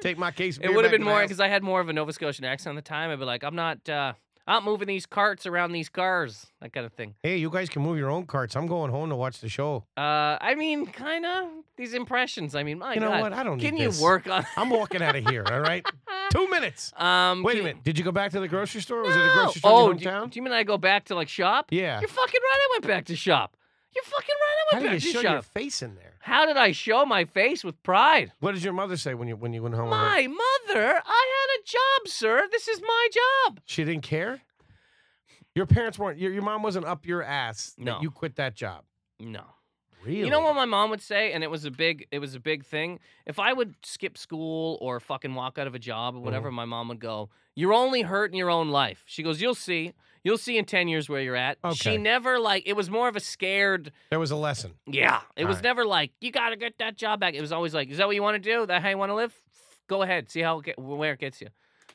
B: Take my case. of
A: it
B: beer
A: would have
B: back
A: been
B: to my
A: more
B: house.
A: because I had more of a Nova Scotian accent at the time. I'd be like, I'm not, uh, I'm not moving these carts around these cars, that kind of thing.
B: Hey, you guys can move your own carts. I'm going home to watch the show.
A: Uh, I mean, kind of these impressions. I mean, my
B: you know
A: God,
B: what? I don't
A: can
B: need
A: you
B: this.
A: work on?
B: I'm walking out of here. All right. Two minutes.
A: Um,
B: Wait
A: can
B: a
A: you-
B: minute. Did you go back to the grocery store? Was it a
A: No.
B: grocery store
A: oh,
B: in
A: do,
B: your hometown?
A: do you mean I go back to like shop?
B: yeah.
A: You're fucking right. I went back to shop. You're fucking right. I
B: How
A: went
B: did you
A: back to
B: show
A: shop.
B: your face in there?
A: How did I show my face with pride?
B: What did your mother say when you when you went home? with her?
A: My mother, I had a job, sir. This is my job.
B: She didn't care. Your parents weren't. Your, your mom wasn't up your ass. that
A: No.
B: you quit that job.
A: No.
B: Really?
A: You know what my mom would say, and it was a big, it was a big thing. If I would skip school or fucking walk out of a job or
B: Mm-hmm.
A: whatever, my mom would go, "You're only hurting your own life." She goes, "You'll see, you'll see in ten years where you're at."
B: Okay.
A: She never like it was more of a scared.
B: There was a lesson.
A: Yeah, it
B: All
A: was
B: right.
A: never like you gotta get that job back. It was always like, "Is that what you want to do? That how you want to live? Go ahead, see how it get, where it gets you."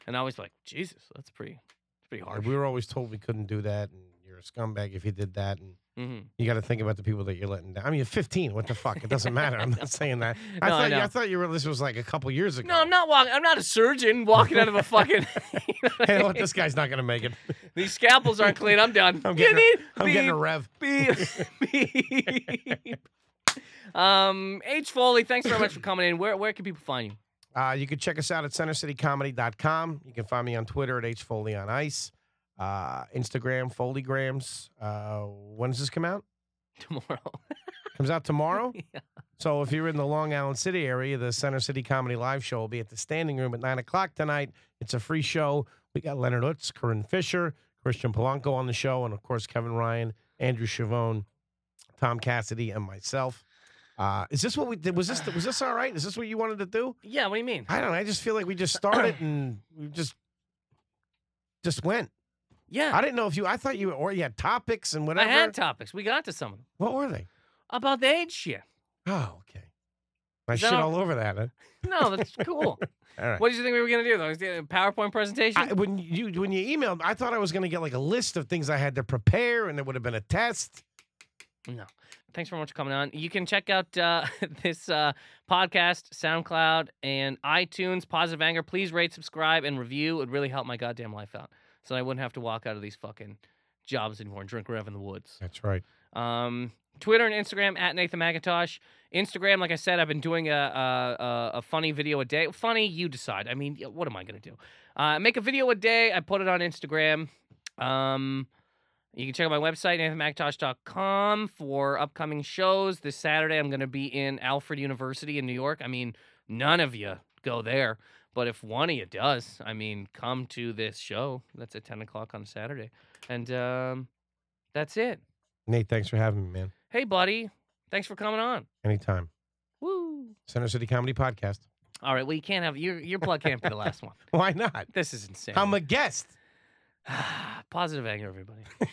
A: And I was like, "Jesus, that's pretty, that's pretty hard."
B: We were always told we couldn't do that, and you're a scumbag if you did that, and
A: hmm
B: you got to think about the people that you're letting down. I mean, you're 15. What the fuck? It doesn't matter. I'm not saying that. I
A: No, I
B: thought you, I
A: know.
B: thought you were. This was like a couple years ago.
A: No, I'm not walking. I'm not a surgeon walking out of a fucking. you know what I
B: Hey,
A: mean?
B: look, this guy's not gonna make it.
A: These scalpels aren't clean. I'm done.
B: I'm
A: You
B: getting
A: need-
B: I'm getting a rev.
A: beep, beep, beep. um, H Foley, thanks very much for coming in. Where where can people find you?
B: Uh, you can check us out at centercitycomedy.com. You can find me on Twitter at hfoley on ice, uh, Instagram Foleygrams. Uh, when does this come out?
A: Tomorrow.
B: Comes out tomorrow.
A: Yeah.
B: So if you're in the Long Island City area, the Center City Comedy Live Show will be at the Standing Room at nine o'clock tonight. It's a free show. We got Leonard Utz, Corinne Fisher, Christian Polanco on the show, and of course Kevin Ryan, Andrew Chavone, Tom Cassidy, and myself. Uh, is this what we did? Was this was this all right? Is this what you wanted to do?
A: Yeah, what do you mean?
B: I don't know. I just feel like we just started and we just just went.
A: Yeah,
B: I didn't know if you. I thought you or you had topics and
A: I
B: whatever.
A: had topics. We got to some of them.
B: what were they?
A: About the age shit.
B: Oh, okay. I
A: Is that
B: shit
A: all-
B: all over that. Huh?
A: No, that's cool.
B: All right.
A: What did you think we were gonna do though? Is it a PowerPoint presentation?
B: I, when you when you emailed, I thought I was going to get like a list of things I had to prepare, and there would have been a test.
A: Thanks very much for coming on. You can check out uh, this uh, podcast, SoundCloud, and iTunes, Positive Anger. Please rate, subscribe, and review. It would really help my goddamn life out. So I wouldn't have to walk out of these fucking jobs anymore and drink Rev in the woods.
B: That's right.
A: Um, Twitter and Instagram at Nathan McIntosh. Instagram, like I said, I've been doing a, a, a, a funny video a day. Funny, you decide. I mean, y- what am I going to do? Uh, make a video a day. I put it on Instagram. Um, you can check out my website, nathanmcintosh.com, for upcoming shows. This Saturday, I'm going to be in Alfred University in New York. I mean, none of you go there, but if one of you does, I mean, come to this show. That's at 10 o'clock on Saturday. And um, that's it.
B: Nate, thanks for having me, man.
A: Hey, buddy. Thanks for coming on.
B: Anytime.
A: Woo.
B: Center City Comedy Podcast.
A: All right. Well, you can't have your your plug can't be the last one.
B: Why not?
A: This is insane.
B: I'm a guest.
A: Positive anger, everybody.